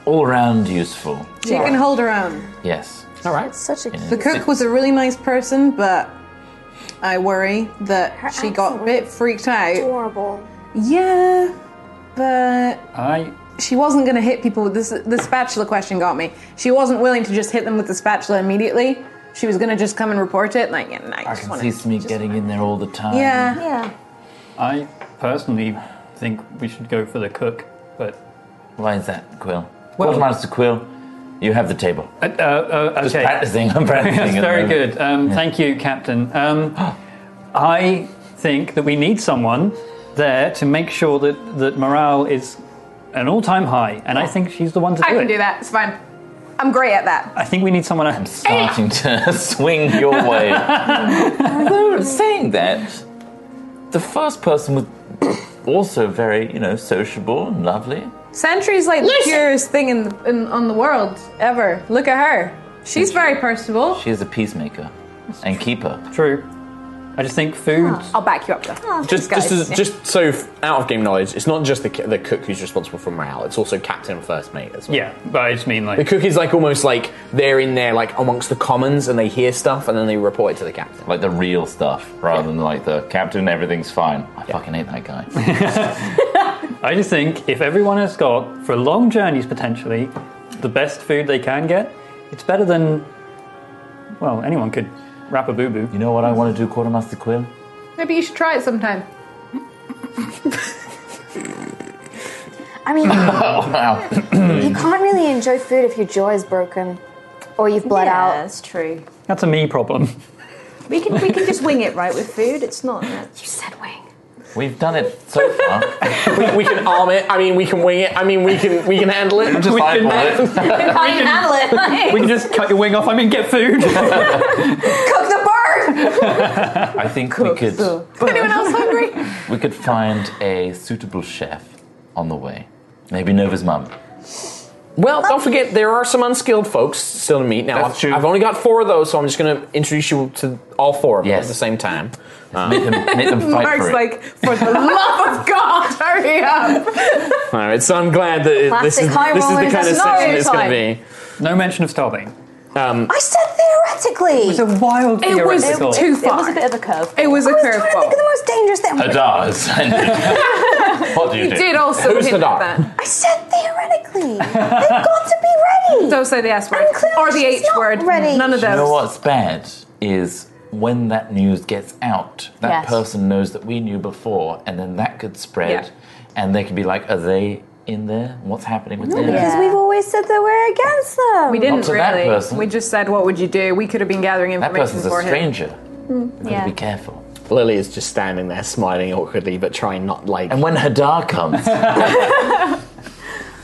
all-round useful. She can hold her own. Yes. All right. Such a The cook was a really nice person, but I worry that she got a bit freaked out. Adorable. Yeah, but I. she wasn't going to hit people with this. The spatula question got me. She wasn't willing to just hit them with the spatula immediately. She was going to just come and report it. Like, yeah, no, I, I just can wanna- see Smeek getting in there all the time. Yeah. Yeah. I personally think we should go for the cook, but Why is that, Quill? Well- Quartermaster Quill, you have the table. Uh, uh, uh, Just okay. practicing, I'm practicing That's at the very moment. good. Um, Thank you, Captain. Um, I think that we need someone there to make sure that, that morale is an all time high, and I think she's the one to do I it. can do that. It's fine. I'm great at that. I think we need someone else. Starting to swing your way. Although saying that, the first person was also very, you know, sociable and lovely. Sentry's like the purest thing in, the, in on the world ever. Look at her. She's very personable. She is a peacemaker and keeper. True. I just think food. I'll back you up though. Just, Guys, just, as, yeah. just so f- out of game knowledge, it's not just the, c- the cook who's responsible for morale. It's also captain and first mate as well. Yeah, but I just mean The like. cook is like almost like they're in there like amongst the commons and they hear stuff and then they report it to the captain. Like the real stuff, rather than like the captain, everything's fine. I fucking hate that guy. I just think if everyone has got, for long journeys potentially, the best food they can get, it's better than. Well, anyone could wrap a boo boo. you know what I want to do, Quartermaster Quill? Maybe you should try it sometime. I mean, you Oh, wow. can't really enjoy food if your jaw is broken or you've bled yeah, out. that's true. That's a me problem. We can we can just wing it, right? With food, it's not. You said wing. We've done it so far. we, we can arm it. I mean, we can wing it. I mean, we can we can handle it. Just We can- eyeball it. I can handle it. We can just cut your wing off. I mean, get food. cook the bird. I think we could Anyone else hungry? we could find a suitable chef on the way. Maybe Nova's mum. Well, don't forget there are some unskilled folks still to meet. Now I've, I've only got four of those, so I'm just going to introduce you to all four of them at the same time. make them, Mark's like, for the love of God, hurry up. All right, so I'm glad that it, this Classic is high this is the rollers, kind of that's session no it's going to time. be. No mention of Starbeam. Um, I said theoretically. It was a wild It was theoretical. too It far. was a bit of a curve. It was a I was trying to think of the most dangerous thing. what do you, You do? did also Who's hint the at dog? that. I said theoretically. They've got to be ready. Don't say the S word. Or the H word. ready. None of Do those. you know what's bad is when that news gets out, that Yes. person knows that we knew before, and then that could spread, Yeah. and they could be like, "Are they in there? What's happening with No, them?" because we've always said that we're against them. We didn't to that really. person. We just said, what would you do? We could have been gathering That information person's a for him. Hmm, stranger. Yeah. careful. Lily is just standing there smiling awkwardly, but trying not like. And when Hadar comes,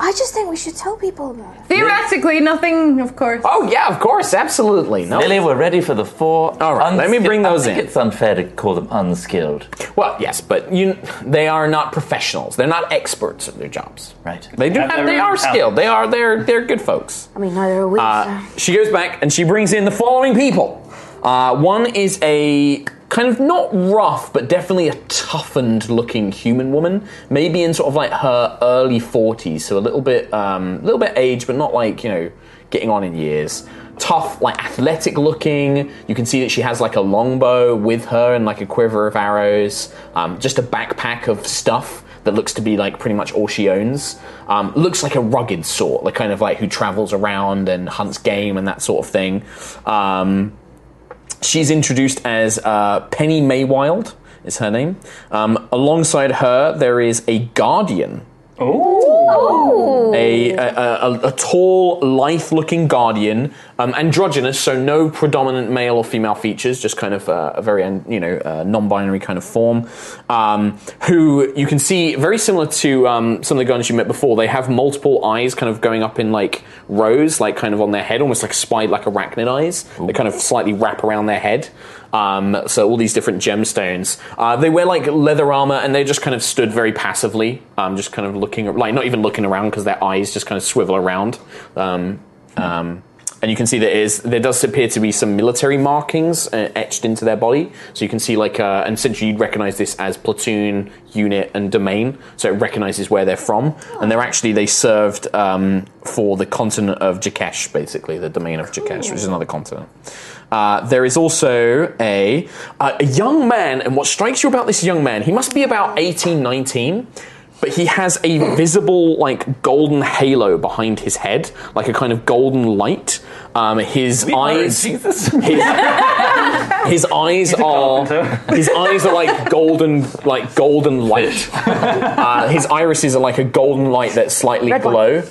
I just think we should tell people about it. Theoretically, nothing, of course. Oh yeah, of course, absolutely. No. Lily, we're ready for the four. All right, let me bring those I think in. It's unfair to call them unskilled. Well, yes, but you, they are not professionals. They're not experts at their jobs. Right. They do Have their have. They own are talents. skilled. They are. They're. They're good folks. I mean, neither are we. Uh, she goes back and she brings in the following people. Uh, one is a kind of not rough, but definitely a toughened looking human woman, maybe in sort of like her early 40s, so a little bit, um, little bit aged, but not like, you know, getting on in years. Tough, like athletic looking. You can see that she has like a longbow with her and like a quiver of arrows, um, just a backpack of stuff that looks to be like pretty much all she owns. Um, looks like a rugged sort, like kind of like who travels around and hunts game and that sort of thing. Um, she's introduced as uh, Penny Maywild is her name. Um, alongside her, there is a guardian. Oh. A, a, a, a tall, lithe-looking guardian, um, androgynous, so no predominant male or female features, just kind of uh, a very you know uh, non-binary kind of form. Um, who you can see very similar to um, some of the guardians you met before. They have multiple eyes, kind of going up in like rows, like kind of on their head, almost like spied like arachnid eyes. They kind of slightly wrap around their head. Um, so all these different gemstones. Uh, they wear like leather armor, and they just kind of stood very passively, um, just kind of looking, like not even looking around because their eyes just kind of swivel around. Um, um, and you can see there is there does appear to be some military markings uh, etched into their body. So you can see like, uh, and essentially you'd recognize this as platoon, unit, and domain. So it recognizes where they're from, and they're actually they served um, for the continent of Jakesh, basically the domain of Jakesh, which is another continent. Uh, there is also a, uh, a young man, and what strikes you about this young man, he must be about 18, 19, but he has a visible, like, golden halo behind his head, like a kind of golden light. Um, his Oh, eyes. His, his eyes are his eyes are like golden, like golden light. Uh, his irises are like a golden light that's slightly glow.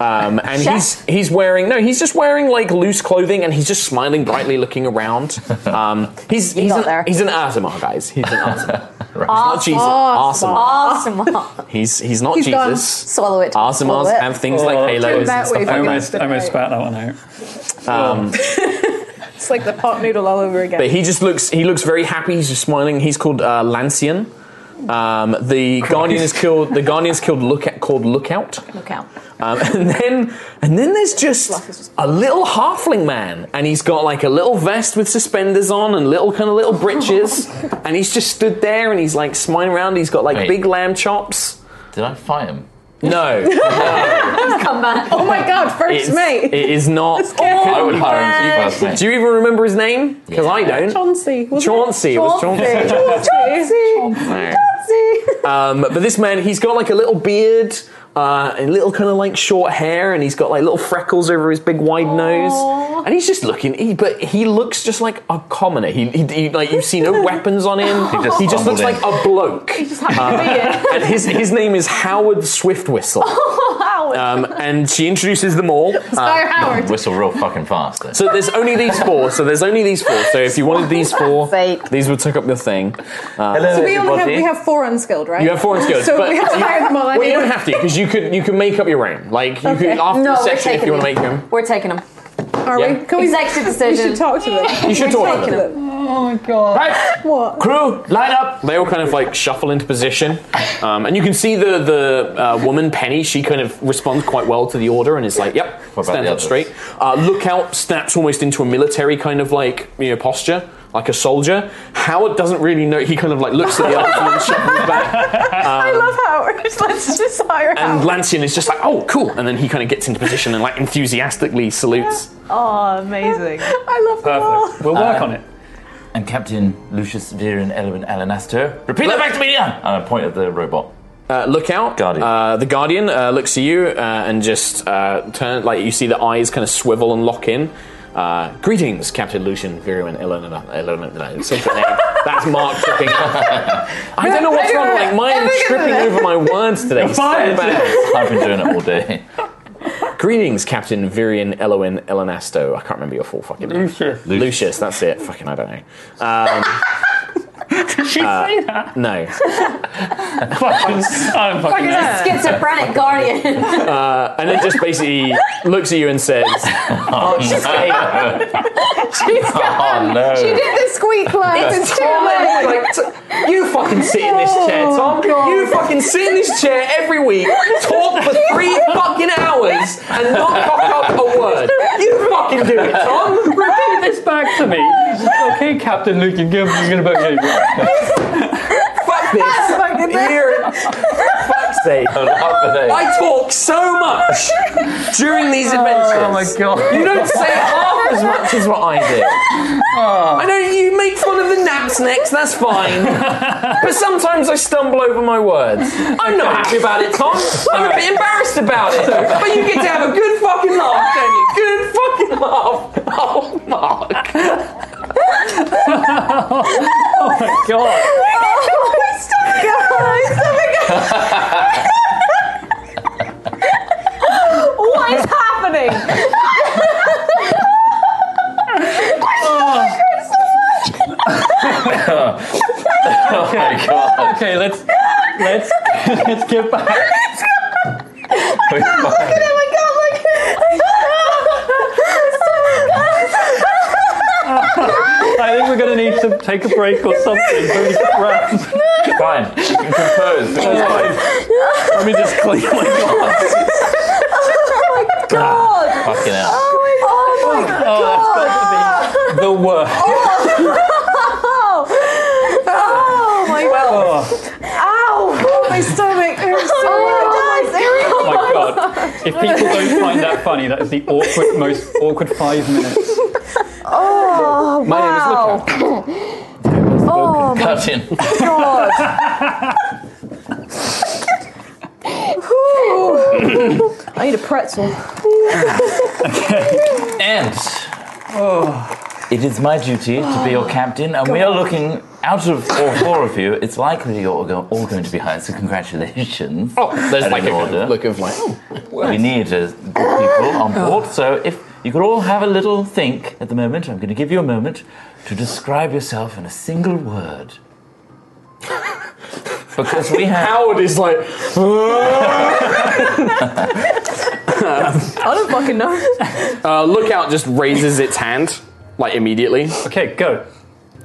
Um, and he's he's wearing no, he's just wearing like loose clothing, and he's just smiling brightly, looking around. Um, he's he's an, he's an Asimar, guys. He's an Asimar. He's not Jesus. Asimar. Awesome. He's he's not He's gone. Jesus. Swallow it. Swallow Asimars it. have things like halos and stuff I like almost, I almost that. spat that one out. Um, It's like the pot noodle all over again. But he just looks he looks very happy. He's just smiling. He's called uh, Lancian. Um, the guardian is killed. The guardian is killed. Look at called lookout. Look out. Um, and then and then there's just a little halfling man, and he's got like a little vest with suspenders on and little kind of little breeches, and he's just stood there and he's like smiling around. He's got like Wait. big lamb chops. Did I fight him? No. Come back. Oh my god, first It's- mate. It is not. I would hire him to be first mate. Do you even remember his name? Because I don't. Chauncey. was it? Chauncey, it was Chauncey. Chauncey. Alright. Um, but this man, he's got like a little beard, uh, and little kind of like short hair, and he's got like little freckles over his big wide nose, and he's just looking. He, but he looks just like a commoner. He, he, he- like you see no weapons on him. He just looks stumbled in. like a bloke. He just happened to be it. and his his name is Howard Swiftwhistle. wow. Um, and she introduces them all. Squire uh, Howard. Whistle real fucking fast. So there's only these four. So there's only these four. So if you wanted these four, these would take up your thing. Uh, So we only have we have four unskilled, right? You have four skills, So but we have to you, hire them all well, you anyway. don't have to because you could you can make up your own. Like you could after the section if you want to make them. We're taking them. Are Yeah. we? Can we Executive decision. We should talk to them. You should We're talk to taking them. Oh my god. Right. What? Crew, line up. They all kind of like shuffle into position, um, and you can see the the uh, woman Penny. She kind of responds quite well to the order and is like, "Yep, What about stand the up others? straight." Uh, look out, snaps almost into a military kind of like you know posture, like a soldier. Howard doesn't really know. He kind of like looks at the others and then shuffles back. I Um, love Howard. Let's just hire and Howard. Lancian is just like, "Oh, cool," and then he kind of gets into position and like enthusiastically salutes. Oh, amazing. I love them Oh. all. We'll work on it. And Captain Lucius Viren Elwin Alanaster. Repeat that back to me, Ian! And I point at the robot. Uh, look out, Guardian. Uh, the Guardian uh, looks at you uh, and just uh, turn. Like you see the eyes kind of swivel and lock in. Uh, greetings, Captain Lucian Viruin Elena. Elena same name. That's Mark tripping. I don't know what's wrong. Like mine is tripping over my words today. You're fired. I've been doing it all day. Greetings, Captain Virian Elowin Elanasto. I can't remember your full fucking name. Lucius. Lucius, that's it. Fucking, I don't know. Um, Did she say that? No. Fucking, I don't fucking Fucking know. schizophrenic guardian. Uh, and then just basically looks at you and says, oh, she's no. She's gone. Oh, no. Um, She did the squeak line. That's It's too fine. late. Like, t- you fucking sit in this chair, Tom. You fucking sit in this chair every week, talk for three fucking hours, and not cock up a word. You fucking do it, Tom. Repeat this back to me. Okay, Captain Luke, you're going to vote me. Fuck this. Here, fuck's sake. I talk so much during these adventures. Oh my God. You don't say half as much as what I do. Oh. I know you make fun of the naps next, that's fine. but sometimes I stumble over my words. I'm not happy about it, Tom. I'm a bit embarrassed about it. But you get to have a good fucking laugh, don't you? Good fucking laugh. Oh, Mark. oh my god. Oh, stomach hurt. Stomach hurt. What is happening? oh my god. Okay, let's let's let's get back. I can't look at him. I can't look at I think we're gonna need to take a break or something. Holy crap. Fine. You can compose. Let me just clean my glass. Oh my god! Fucking hell. Oh my god! Oh, that's supposed to be the worst. Oh, oh my Well. god! Ow! Oh, my stomach hurts so much. Oh my god. If people don't find that funny, that is the awkward, most awkward five minutes. Oh, My name is wow. Oh my Cut in. god! I need a pretzel. And Oh. it is my duty to be your captain, and we are looking out of all four of you. It's likely you're all go- all going to be hired, so congratulations. Oh, there's That like is a order. look of like. oh, We need uh, good people on board, so if you could all have a little think at the moment, I'm going to give you a moment to describe yourself in a single word. Because we have. Howard is like. I don't fucking know. Uh, Lookout just raises its hand, like immediately. Okay, go.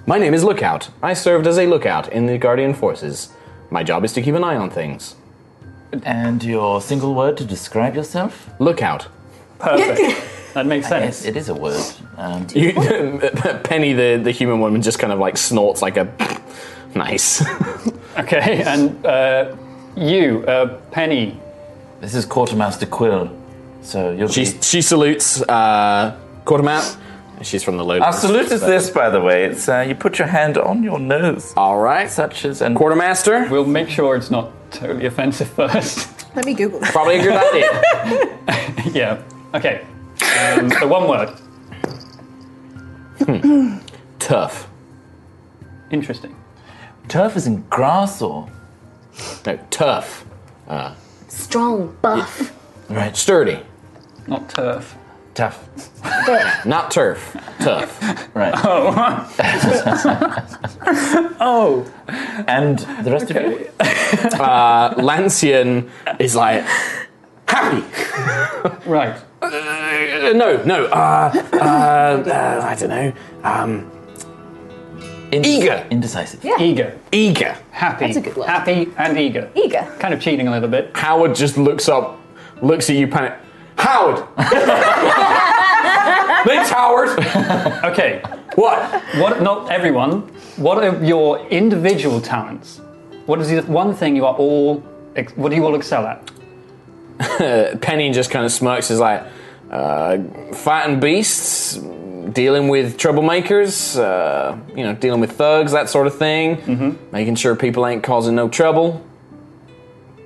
My name is Lookout. I served as a lookout in the Guardian Forces. My job is to keep an eye on things. And your single word to describe yourself? Lookout. Perfect. That makes sense. it is a word. Um, You, Penny, the, the human woman, just kind of like snorts like a. Nice. Okay, and uh, you, uh, Penny. This is Quartermaster Quill. So you'll She, she salutes uh, Quartermat. She's from the Our Lowlands. salute is this, by the way. It's uh, you put your hand on your nose. All right. Such as and quartermaster. We'll make sure it's not totally offensive first. Let me Google. that. Probably a good idea. yeah. Okay. Um, so one word. Turf. Interesting. Turf is in grass or No, turf. Uh, Strong, buff. right? Sturdy. Not turf. Tough. Not turf. Tough. Right. Oh. oh. And the rest of you. Uh, Lancian is like happy. Right. Uh, no, no. Uh, uh, uh, I don't know. Um, eager. Indecisive. Yeah. Eager. Eager. Happy. That's a good word. Happy and eager. Eager. Kind of cheating a little bit. Howard just looks up, looks at you, panic. Howard! Name's Howard! okay. What? What? Not everyone. What are your individual talents? What is the one thing you are all? ex- What do you all excel at? Penny just kind of smirks. Is like uh, fighting beasts, dealing with troublemakers, uh, you know, dealing with thugs, that sort of thing. Mm-hmm. Making sure people ain't causing no trouble.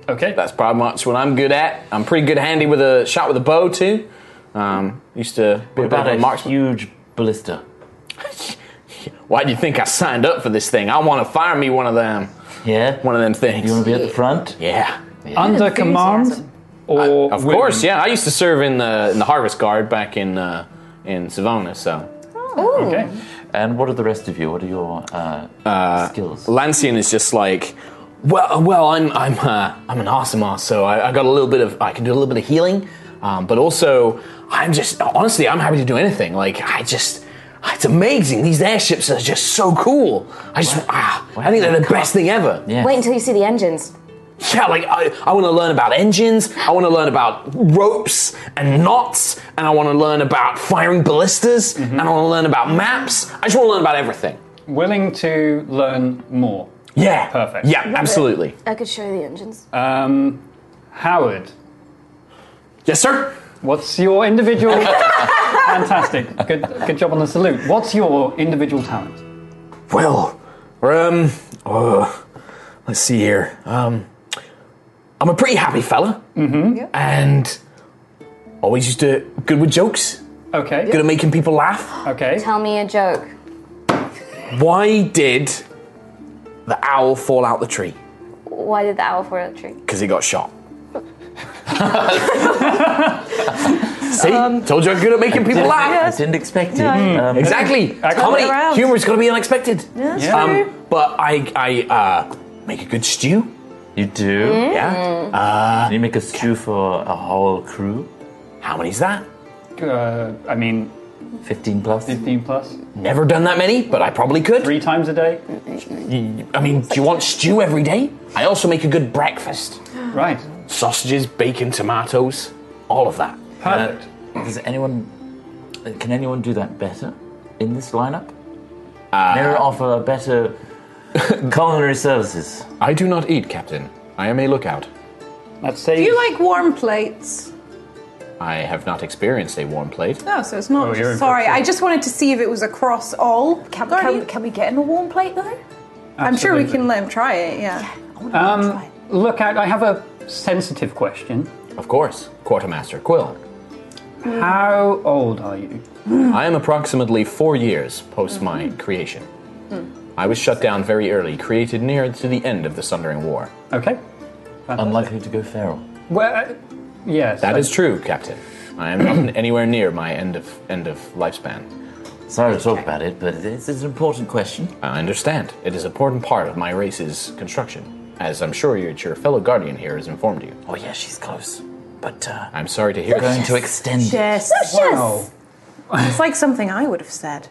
Okay, that's pretty much what I'm good at. I'm pretty good handy with a shot with a bow too. Um, used to be What about bit of a marksman. huge ballista? Why do you think I signed up for this thing? I want to fire me one of them. Yeah. One of them things. You want to be at the front? Yeah. Under command, or Of course, yeah. I used to serve in the in the Harvest Guard back in uh, in Savona, so. Okay. And what are the rest of you? What are your uh, skills? Lancian is just like, well, well, I'm I'm uh, I'm an Asimar, so I, I got a little bit of I can do a little bit of healing, um, but also I'm just honestly I'm happy to do anything. Like I just. It's amazing. These airships are just so cool. I just, ah, I think they're the best thing ever. Wait until you see the engines. Yeah, like I, I want to learn about engines. I want to learn about ropes and knots, and I want to learn about firing ballistas, and I want to learn about maps. I just want to learn about everything. willing to learn more. Yeah. Perfect. Yeah, absolutely. I could show you the engines. Um, Howard. Yes, sir. What's your individual? Fantastic. Good, good job on the salute. What's your individual talent? Well, um, uh, let's see here. Um, I'm a pretty happy fella, Mm-hmm. and always used to good with jokes, Okay. good at making people laugh. Okay. Tell me a joke. Why did the owl fall out the tree? Why did the owl fall out of the tree? Because he got shot. See, Um, told you I'm good at making people I laugh. didn't- I didn't expect it. Mm. Um, exactly. Turn it Comedy, around. humor's got to be unexpected. Um, that's Yeah. true. but I, I uh, make a good stew. You do? Mm. Yeah. Uh, you make a stew for a whole crew? How many's that? Uh, I mean, 15 plus. 15 plus. Never done that many, but I probably could. Three times a day. I mean, do you want stew every day? I also make a good breakfast. Right. Sausages, bacon, tomatoes, all of that. Perfect. does anyone? uh, Can anyone do that better in this lineup? Uh, Never offer better culinary services. I do not eat, Captain. I am a lookout. Let's say Do you like warm plates? I have not experienced a warm plate. No, so it's not. Oh, you're in sorry, for- I just wanted to see if it was across all. Can, Guardian- can, can we get in a warm plate though? I'm sure we Absolutely. can let him try it. Yeah. Um, look, I, I have a sensitive question. Of course, Quartermaster Quill. How old are you? I am approximately four years post my creation. I was shut down very early, created near to the end of the Sundering War. Okay. Unlikely to go feral. Well, uh, yes. That I- is true, Captain. I am not anywhere near my end of end of lifespan. Sorry to talk about it, but this is an important question. I understand. It is an important part of my race's construction, as I'm sure your, your fellow guardian here has informed you. Oh yeah, she's close, but uh, I'm sorry to hear we're going this. to extend. it. Yes. Wow. It's like something I would have said.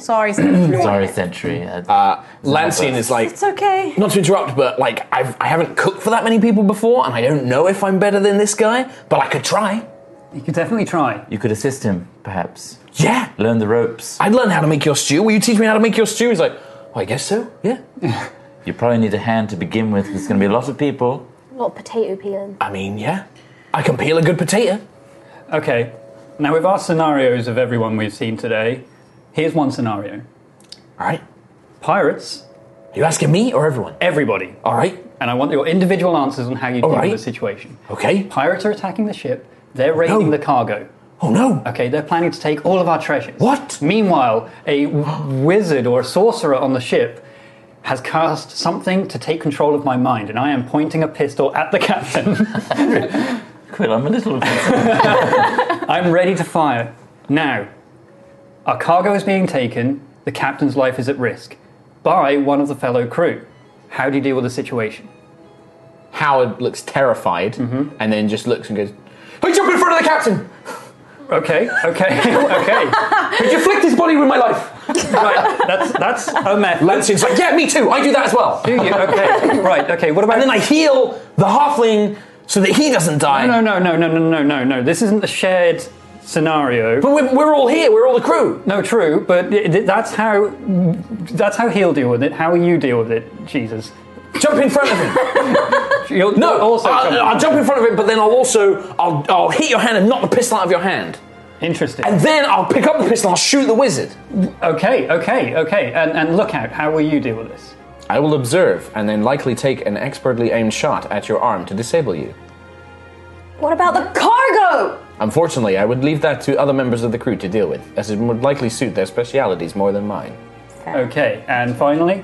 Sorry, Sandra. Sorry, Sentry. Uh, Lancing is like It's okay. not to interrupt, but like I've I haven't cooked for that many people before, and I don't know if I'm better than this guy, but I could try. You could definitely try. you could assist him, perhaps. Yeah, Learn the ropes. I'd learn how to make your stew. Will you teach me how to make your stew? He's like, oh, I guess so. Yeah. You probably need a hand to begin with. There's going to be a lot of people. A lot of potato peeling. I mean, yeah. I can peel a good potato. Okay. Now, with our scenarios of everyone we've seen today, here's one scenario All right. Pirates, Are you asking me or everyone? everybody. All right. And I want your individual answers on how you deal Alright. with the situation. Okay. Pirates are attacking the ship, they're raiding No. the cargo. Oh no. Okay, they're planning to take all of our treasures. What? Meanwhile, a w- wizard or a sorcerer on the ship has cast something to take control of my mind, and I am pointing a pistol at the captain. Quill, I'm a little. Bit... I'm ready to fire. Now, our cargo is being taken, the captain's life is at risk by one of the fellow crew. How do you deal with the situation? Howard looks terrified and then just looks and goes, I jump in front of the captain! Okay, okay, okay. Could you flick his body with my life? right, that's that's a method. Lansing's like, yeah, me too. I do that as well. Do you? Okay. right. Okay. What about? And then I heal the halfling so that he doesn't die. No, no, no, no, no, no, no, no, no. This isn't the shared scenario. But we're, we're all here. We're all the crew. No, true. But it, it- that's how that's how he'll deal with it. How you deal with it, Jesus. Jump in front of him. You'll, No, you'll also I'll, jump in I'll front jump of in front of him, but then I'll also I'll, I'll hit your hand and knock the pistol out of your hand. Interesting. And then I'll pick up the pistol. and I'll shoot the wizard. Okay. Okay. Okay. And and look out. How will you deal with this? I will observe and then likely take an expertly aimed shot at your arm to disable you. What about the cargo? Unfortunately, I would leave that to other members of the crew to deal with, as it would likely suit their specialities more than mine. Okay. And finally.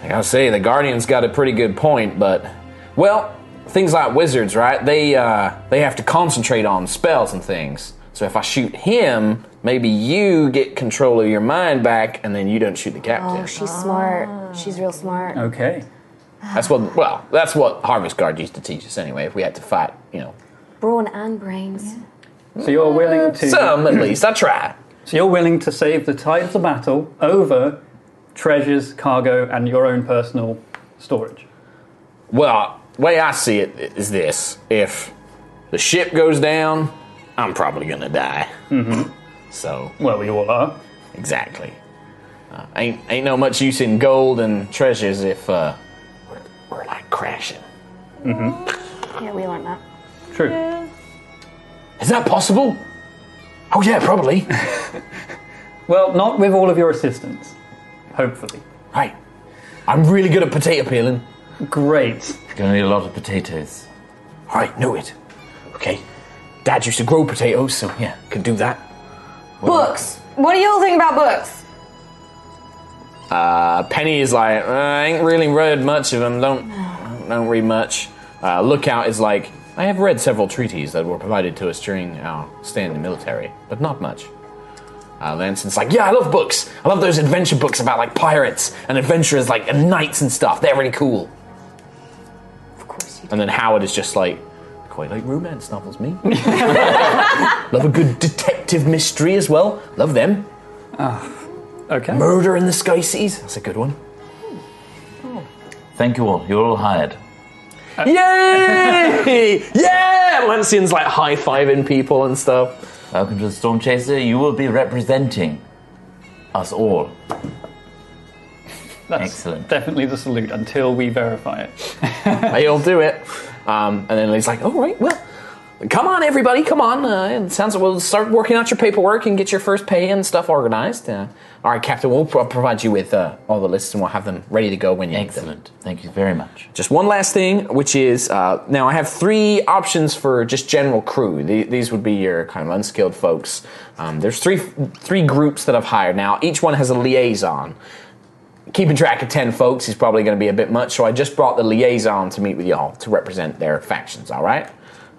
I gotta say, the Guardian's got a pretty good point, but well, things like wizards, right? They uh, they have to concentrate on spells and things. So if I shoot him, maybe you get control of your mind back, and then you don't shoot the captain. Oh, she's smart. She's real smart. Okay. That's what well, that's what Harvest Guard used to teach us anyway. If we had to fight, you know, Brawn and brains. So you're willing to Some, at least. I try. So you're willing to save the tide of the battle over treasures, cargo, and your own personal storage. Well, way I see it is this: if the ship goes down, I'm probably gonna die. Mm-hmm. So well, we all are. Exactly. Uh, ain't ain't no much use in gold and treasures if uh, we're, we're like crashing. Mm-hmm. Yeah, we learned that. True. Is that possible? Oh yeah, probably. well, not with all of your assistance, hopefully. Right. I'm really good at potato peeling. Great. Gonna need a lot of potatoes. All right, knew it. Okay. Dad used to grow potatoes, so yeah, could do that. Books. What do you all think about books? Uh, Penny is like, "Uh, I ain't really read much of them. Don't don't read much. Uh, Lookout is like, I have read several treaties that were provided to us during our stay in the military, but not much. Uh, Lanson's like, yeah, I love books. I love those adventure books about like pirates and adventurers, like and knights and stuff. They're really cool. Of course. You and then Howard is just like, quite like romance novels, me. love a good detective mystery as well. Love them. okay. Murder in the Sky Seas. That's a good one. Thank you all. You're all hired. Uh, Yay! yeah! Lansing's like high fiving people and stuff. Welcome to the Storm Chaser. You will be representing us all. That's Excellent. Definitely the salute until we verify it. He'll do it. Um, and then he's like, all right, well, come on, everybody, come on. Uh, it sounds like we'll start working out your paperwork and get your first pay and stuff organized. Uh, all right, Captain, we'll pro- provide you with uh, all the lists and we'll have them ready to go when you need them. Excellent. Thank you very much. Just one last thing, which is uh, now I have three options for just general crew. The- These would be your kind of unskilled folks. Um, there's three three groups that I've hired now. Each one has a liaison. Keeping track of ten folks is probably going to be a bit much, so I just brought the liaison to meet with y'all to represent their factions. All right.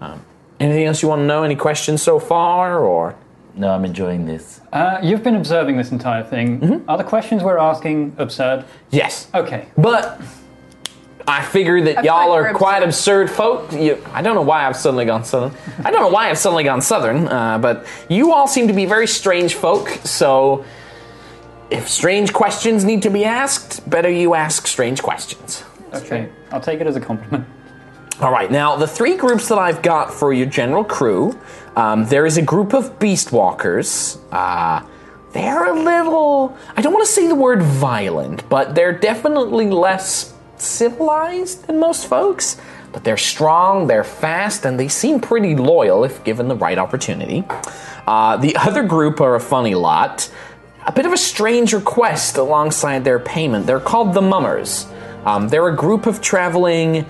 Um, anything else you want to know? Any questions so far, or? No, I'm enjoying this. Uh, you've been observing this entire thing. Are the questions we're asking absurd? Yes. Okay. But I figure that I feel y'all like are we're quite absurd folk. You, I don't know why I've suddenly gone southern. I don't know why I've suddenly gone southern, uh, but you all seem to be very strange folk, so if strange questions need to be asked, better you ask strange questions. Okay. I'll take it as a compliment. All right, now the three groups that I've got for your general crew um, there is a group of beast walkers. Uh, they're a little, I don't want to say the word violent, but they're definitely less civilized than most folks. But they're strong, they're fast, and they seem pretty loyal if given the right opportunity. Uh, the other group are a funny lot. A bit of a strange request alongside their payment. They're called the Mummers. Um, they're a group of traveling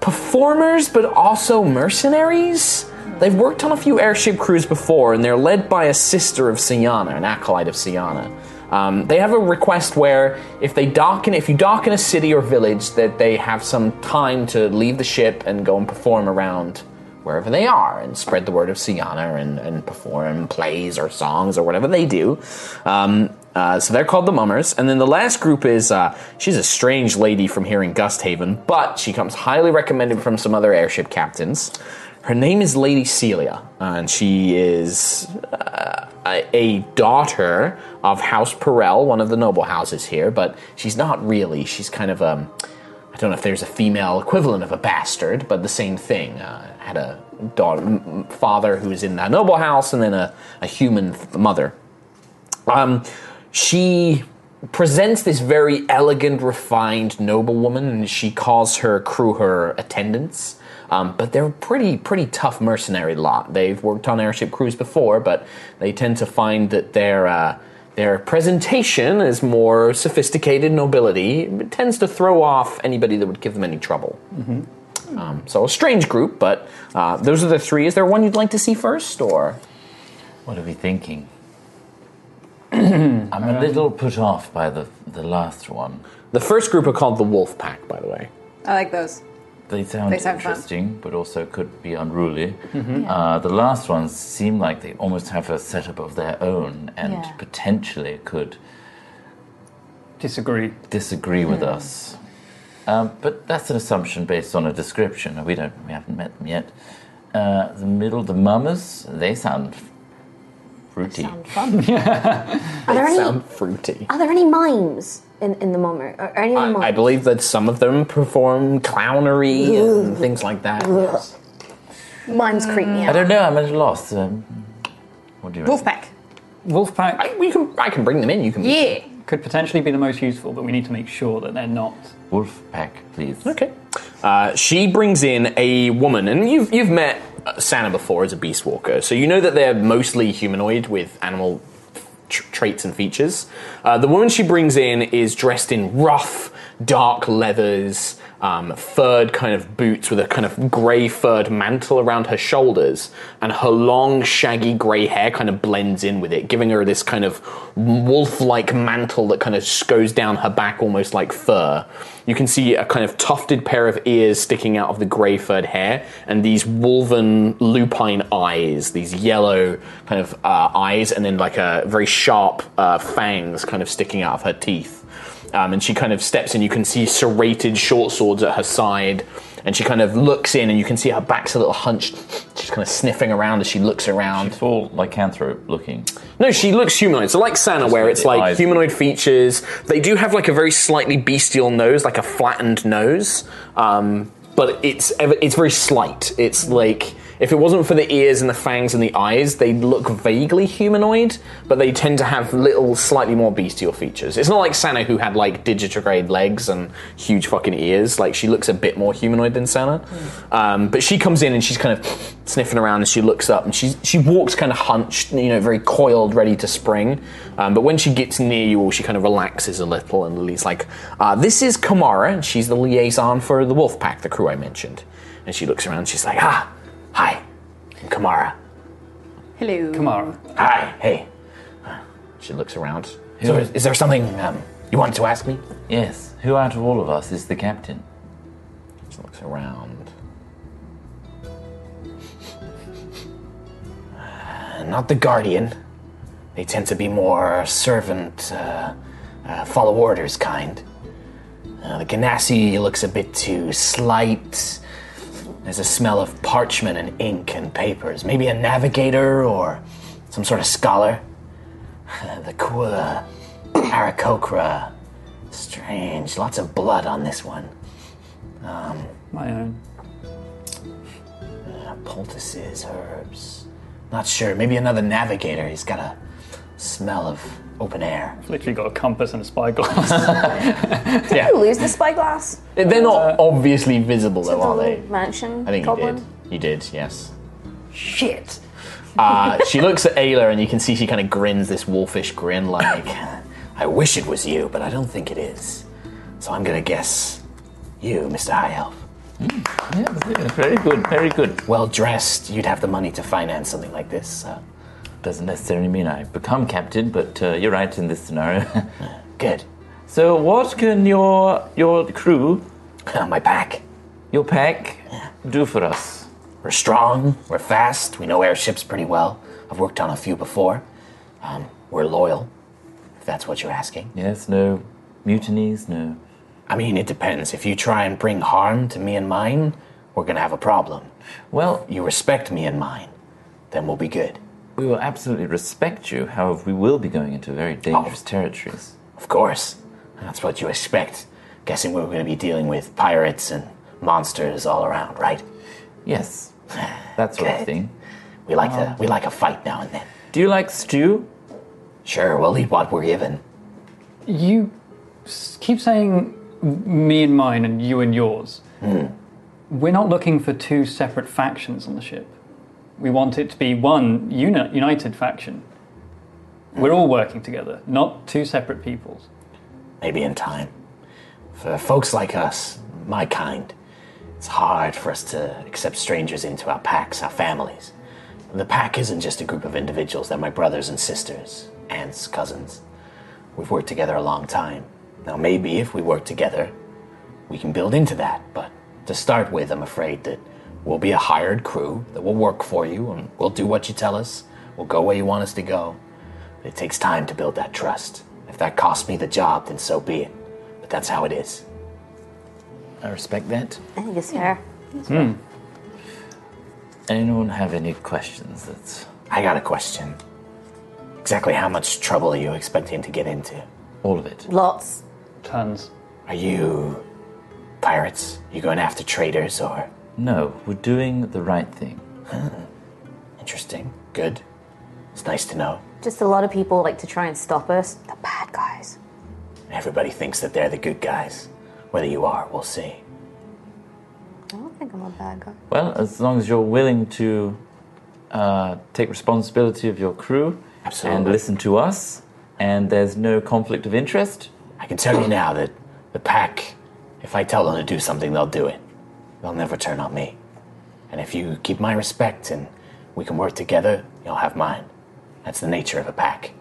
performers, but also mercenaries. They've worked on a few airship crews before, and they're led by a sister of Siana, an acolyte of Siana. Um, they have a request where if they dock in, if you dock in a city or village, that they have some time to leave the ship and go and perform around wherever they are and spread the word of Siana and, and perform plays or songs or whatever they do. Um, uh, so they're called the Mummers. And then the last group is uh, she's a strange lady from here in Gusthaven, but she comes highly recommended from some other airship captains. Her name is Lady Celia, uh, and she is uh, uh, a daughter of House Perel, one of the noble houses here, but she's not really. She's kind of um, I don't know if there's a female equivalent of a bastard, but the same thing. Uh, had a daughter, m- m- father who was in that noble house, and then a, a human th- mother. Um, she presents this very elegant, refined noblewoman, and she calls her crew her attendants. Um, but they're a pretty, pretty tough mercenary lot. They've worked on airship crews before, but they tend to find that their uh, their presentation is more sophisticated nobility. It tends to throw off anybody that would give them any trouble. Mm-hmm. Um, so a strange group, but uh, those are the three. Is there one you'd like to see first, or what are we thinking? I'm a little put off by the the last one. The first group are called the Wolf Pack, by the way. I like those. They sound They sound fun. interesting, but also could be unruly. Mhm. Yeah. Uh, the last ones seem like they almost have a setup of their own and Yeah. potentially could Disagree. disagree with Mm. us. Um, but that's an assumption based on a description. and We don't, we haven't met them yet. Uh, the middle, the mummers, they sound fruity. Are there They any- sound fruity. Are there any mimes in, in the moment? Are, are any of them I mimes? believe that some of them perform clownery and things like that. yes. mimes creep me Mm. I out. don't know. I'm at a loss. Um, what do you reckon? Wolfpack. Wolfpack. I, we can, I can bring them in. You can. Yeah. Could potentially be the most useful, but we need to make sure that they're not. Wolfpack, please. Okay. Uh, she brings in a woman, and you've you've met uh, Santa before as a beast walker, so you know that they're mostly humanoid with animal tr- traits and features. Uh, the woman she brings in is dressed in rough, dark leathers, um, furred kind of boots with a kind of grey furred mantle around her shoulders, and her long, shaggy grey hair kind of blends in with it, giving her this kind of wolf like mantle that kind of goes down her back almost like fur. You can see a kind of tufted pair of ears sticking out of the grey furred hair, and these wolven lupine eyes, these yellow kind of uh, eyes, and then like a very sharp uh, fangs kind of sticking out of her teeth. Um, and she kind of steps in. You can see serrated short swords at her side, and she kind of looks in, and you can see her back's a little hunched. She's kind of sniffing around as she looks around. She's all lycanthrope looking. No, she looks humanoid. So like Sana, where it's the like eyes. humanoid features. They do have like a very slightly bestial nose, like a flattened nose, um, but it's ev- it's very slight. It's like if it wasn't for the ears and the fangs and the eyes, they look vaguely humanoid, but they tend to have little, slightly more bestial features. It's not like Sana, who had like digitigrade legs and huge fucking ears. Like she looks a bit more humanoid than Sana, um, but she comes in and she's kind of sniffing around and she looks up and she she walks kind of hunched, you know, very coiled, ready to spring. Um, but when she gets near you all, she kind of relaxes a little and Lily's like, uh, "This is Kamara, and she's the liaison for the wolf pack, the crew I mentioned." And she looks around, and she's like, "Ah, hi, I'm Kamara. Hello. Kamara. Hi, hey." She looks around. So is, is there something um, you wanted to ask me? Yes. Who out of all of us is the captain? She looks around. Uh, not the guardian. They tend to be more servant, uh, uh, follow orders kind. Uh, the Ganassi looks a bit too slight. There's a smell of parchment and ink and papers. Maybe a navigator or some sort of scholar. the Kula, Arakokra. Strange. Lots of blood on this one. Um, My own. Uh, poultices, herbs. Not sure. Maybe another navigator. He's got a smell of open air. I've literally got a compass and a spyglass. Did yeah. you lose the spyglass? They're not obviously visible, To though, the are they? little mansion I think goblin? you did. You did, yes. Shit. Uh, she looks at Ayla, and you can see she kind of grins this wolfish grin, like, I wish it was you, but I don't think it is. So I'm going to guess you, Mr. High Elf. very good, very good. Well dressed, you'd have the money to finance something like this. So. Doesn't necessarily mean I become captain, but uh, you're right in this scenario. Good. So, what can your your crew, my pack, your pack, do for us? We're strong, we're fast, we know airships pretty well. I've worked on a few before. Um, we're loyal, if that's what you're asking. Yes, no mutinies, no. I mean, it depends. If you try and bring harm to me and mine, we're gonna have a problem. Well, you respect me and mine, then we'll be good. We will absolutely respect you, however, we will be going into very dangerous territories. Of course. That's what you expect. Guessing we're going to be dealing with pirates and monsters all around, right? Yes. That sort of Good. thing. We like Um, to we like a fight now and then. Do you like stew? Sure, we'll eat what we're given. You s- keep saying me and mine and you and yours. We're not looking for two separate factions on the ship. We want it to be one uni- united faction. We're all working together, not two separate peoples. Maybe in time. For folks like us, my kind, it's hard for us to accept strangers into our packs, our families. The pack isn't just a group of individuals, they're my brothers and sisters, aunts, cousins. We've worked together a long time. Now, maybe if we work together, we can build into that, but to start with, I'm afraid that we'll be a hired crew that will work for you and we'll do what you tell us, we'll go where you want us to go. But it takes time to build that trust. If that costs me the job, then so be it. But that's how it is. I respect that. I think it's fair. Anyone have any questions? That's I got a question. Exactly how much trouble are you expecting to get into? All of it. Lots. Tons. Are you pirates? You going after traitors or No, we're doing the right thing. Interesting. Good. It's nice to know. Just a lot of people like to try and stop us. The bad guys. Everybody thinks that they're the good guys. Whether you are, we'll see. I don't think I'm a bad guy. Well, as long as you're willing to uh, take responsibility of your crew and Absolutely. listen to us, and there's no conflict of interest. I can tell you now that the pack, if I tell them to do something, they'll do it. They'll never turn on me. And if you keep my respect and we can work together, you'll have mine. That's the nature of a pack.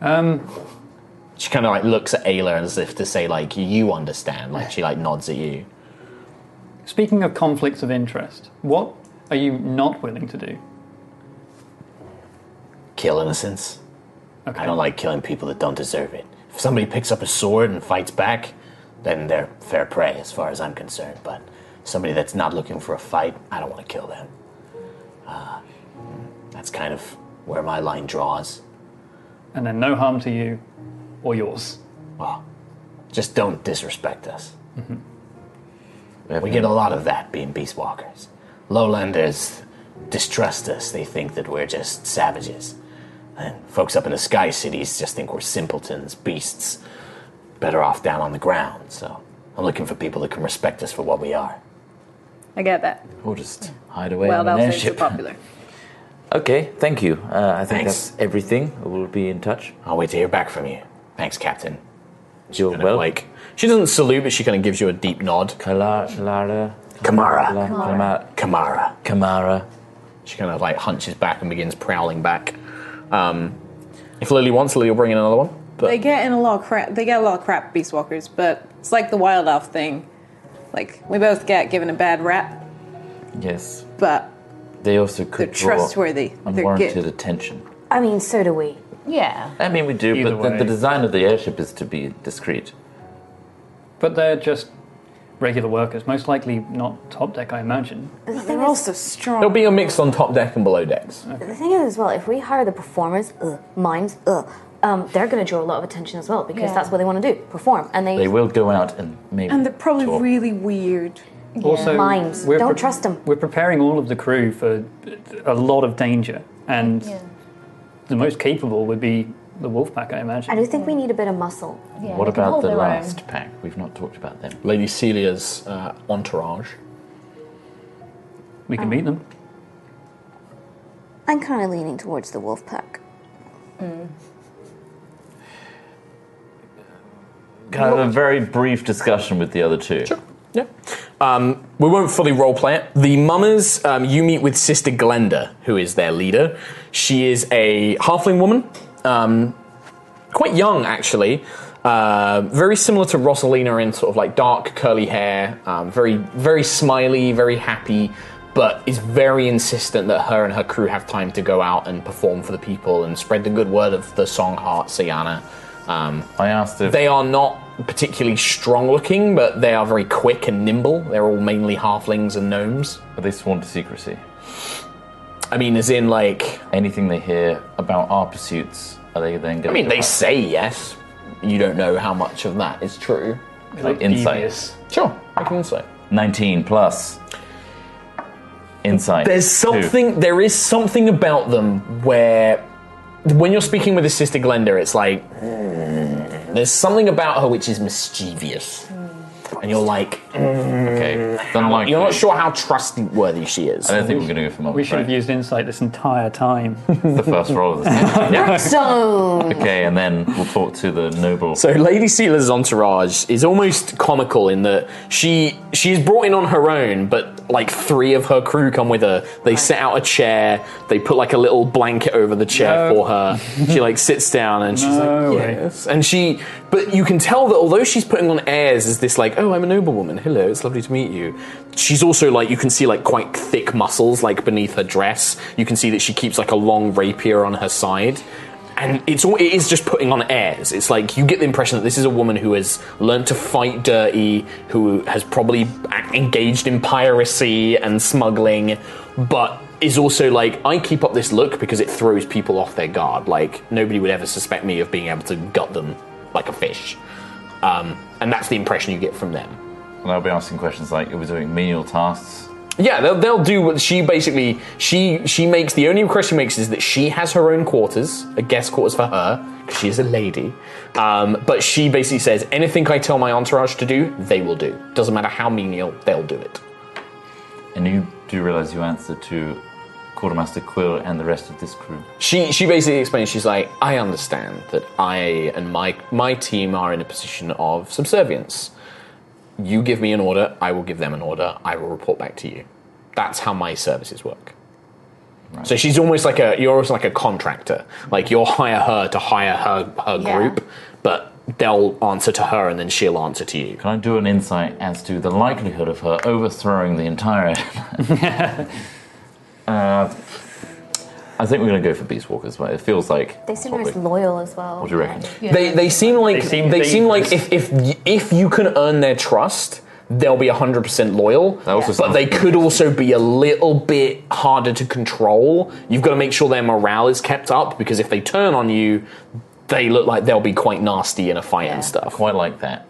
Um, she kind of like looks at Ayla as if to say like you understand. Like she like nods at you. Speaking of conflicts of interest, what are you not willing to do? Kill innocents. I don't like killing people that don't deserve it. If somebody picks up a sword and fights back, then they're fair prey as far as I'm concerned. But somebody that's not looking for a fight, I don't want to kill them. Uh, that's kind of where my line draws. And then no harm to you or yours. Well, just don't disrespect us. Mhm. We get a lot of that being beast walkers. Lowlanders distrust us. They think that we're just savages. And folks up in the sky cities just think we're simpletons, beasts, better off down on the ground. So I'm looking for people that can respect us for what we are. I get that. Or just hide away well, on an that's so airship. popular. Okay, thank you. Uh, I think Thanks. that's everything. We'll be in touch. I'll wait to hear back from you. Thanks, Captain. You're Kind of like she doesn't salute, but she kind of gives you a deep nod. Lara. Kamara. Kamara. Kamara. Kamara. She kind of like hunches back and begins prowling back. Um, if Lily wants, Lily will bring in another one. But they get in a lot of crap. They get a lot of crap, beast walkers, but it's like the wild elf thing. Like we both get given a bad rap, Yes, but they also could They're draw trustworthy. They're good. unwarranted attention. I mean, so do we. Yeah. I mean, we do, Either but the, the way. design of the airship is to be discreet. But they're just regular workers, most likely not top deck, I imagine. They're all so strong. there'll be a mix on top deck and below decks. The thing is, as well, if we hire the performers, ugh, mimes, ugh, um, they're going to draw a lot of attention as well because Yeah. that's what they want to do perform. And they. They will go out and maybe. and they're probably talk. really weird. Also, Mimes. we're Don't pre- trust them. We're preparing all of the crew for a lot of danger, and the most capable would be the wolf pack, I imagine. I do think we need a bit of muscle. Yeah, What about the last pack? We've not talked about them. Lady Celia's uh, entourage. We can meet them. I'm kind of leaning towards the wolf pack. Kind of a very brief discussion with the other two. Um, we won't fully roleplay it. The mummers, um, you meet with Sister Glenda, who is their leader. She is a halfling woman, um, quite young actually, uh, very similar to Rosalina in sort of like dark curly hair, um, very very smiley, very happy, but is very insistent that her and her crew have time to go out and perform for the people and spread the good word of the song Heart Sayana. Um, I asked if they are not particularly strong looking, but they are very quick and nimble. They're all mainly halflings and gnomes. Are they sworn to secrecy? I mean, as in like anything they hear about our pursuits, are they then I going? mean, to they say yes. You don't know how much of that is true. uh, They look devious. Sure, I can insight. nineteen plus insight. There's something. There is something about them where, when you're speaking with his sister Glenda, it's like "Hmm." there's something about her which is mischievous, and you're like, okay, you're not sure how trustworthy she is. I don't think we're going to go for multiple. We should have used insight this entire time. the first roll of this. Okay, and then we'll talk to the noble. So Lady Sealer's entourage is almost comical in that she she's brought in on her own, but like three of her crew come with her. They set out a chair, they put like a little blanket over the chair No. for her. She like sits down and she's No like way. yes. And she but you can tell that although she's putting on airs as this like, oh I'm a noblewoman, hello, it's lovely to meet you. She's also like you can see like quite thick muscles like beneath her dress. You can see that she keeps like a long rapier on her side and it's all, it is just putting on airs. It's like you get the impression that this is a woman who has learned to fight dirty, who has probably a- engaged in piracy and smuggling, but is also like I keep up this look because it throws people off their guard. Like nobody would ever suspect me of being able to gut them like a fish, um, and that's the impression you get from them. And they'll be asking questions like, "Are we doing menial tasks?" Yeah, they'll, they'll do what she basically she she makes. The only request she makes is that she has her own quarters, a guest quarters for her because she is a lady. Um, but she basically says anything I tell my entourage to do, they will do. Doesn't matter how menial, they'll do it. And you do realize you answer to Quartermaster Quill and the rest of this crew. She she basically explains. She's like, I understand that I and my my team are in a position of subservience. You give me an order, I will give them an order. I will report back to you. That's how my services work. So she's almost like a you're almost like a contractor. Like you'll hire her to hire her her Yeah. group, but they'll answer to her and then she'll answer to you. Can I do an insight as to the likelihood of her overthrowing the entire? uh, I think we're going to go for Beast Walkers, but it feels like. They seem nice loyal as well. What do you reckon? They they seem like they seem, like if if y- if you can earn their trust, they'll be hundred percent loyal. but sounds- they could also be a little bit harder to control. You've got to make sure their morale is kept up because if they turn on you, they look like they'll be quite nasty in a fight and stuff. Quite like that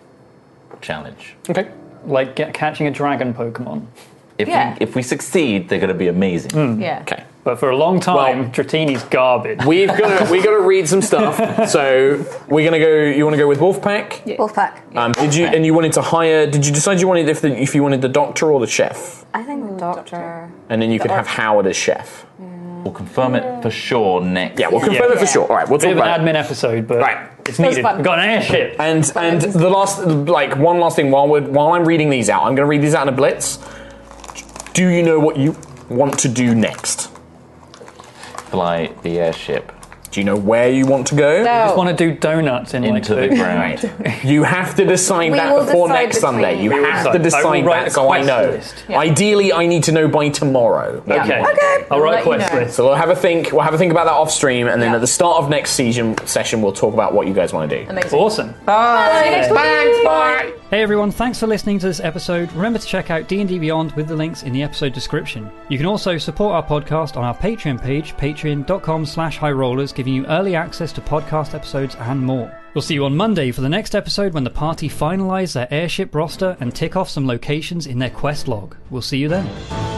challenge. Okay. Like get, catching a dragon Pokemon. If Yeah. we, if we succeed, they're going to be amazing. Mm. Yeah. Okay. But for a long time, Dratini's garbage. We've got to we got to read some stuff. So we're gonna go. You want to go with Wolfpack? Wolfpack. Um, did you and you wanted to hire? Did you decide you wanted if the, if you wanted the doctor or the chef? I think the doctor. And then you could have Howard as chef. We'll confirm it for sure next. Yeah, we'll confirm it for sure. All right, we'll Bit talk of about an it. admin episode, but it's That was needed. fun. We've got an airship. And and the last like one last thing while we're, while I'm reading these out, I'm going to read these out in a blitz. Do you know what you want to do next? Fly the airship. Do you know where you want to go? I just want to do donuts in Into like the ground. you have to decide We that will before decide next between- Sunday. You We will have to decide. I will decide write a that so I quest know. list. Ideally, I need to know by tomorrow. Okay. Okay. I'll write a We'll let quest you know. list. So we'll have a think. We'll have a think about that off stream, and then at the start of next season session, we'll talk about what you guys want to do. Amazing. Awesome. Bye. Thanks. Bye. Hey everyone, thanks for listening to this episode. Remember to check out D&D Beyond with the links in the episode description. You can also support our podcast on our Patreon page, patreon.com slash highrollers, giving you early access to podcast episodes and more. We'll see you on Monday for the next episode when the party finalise their airship roster and tick off some locations in their quest log. We'll see you then.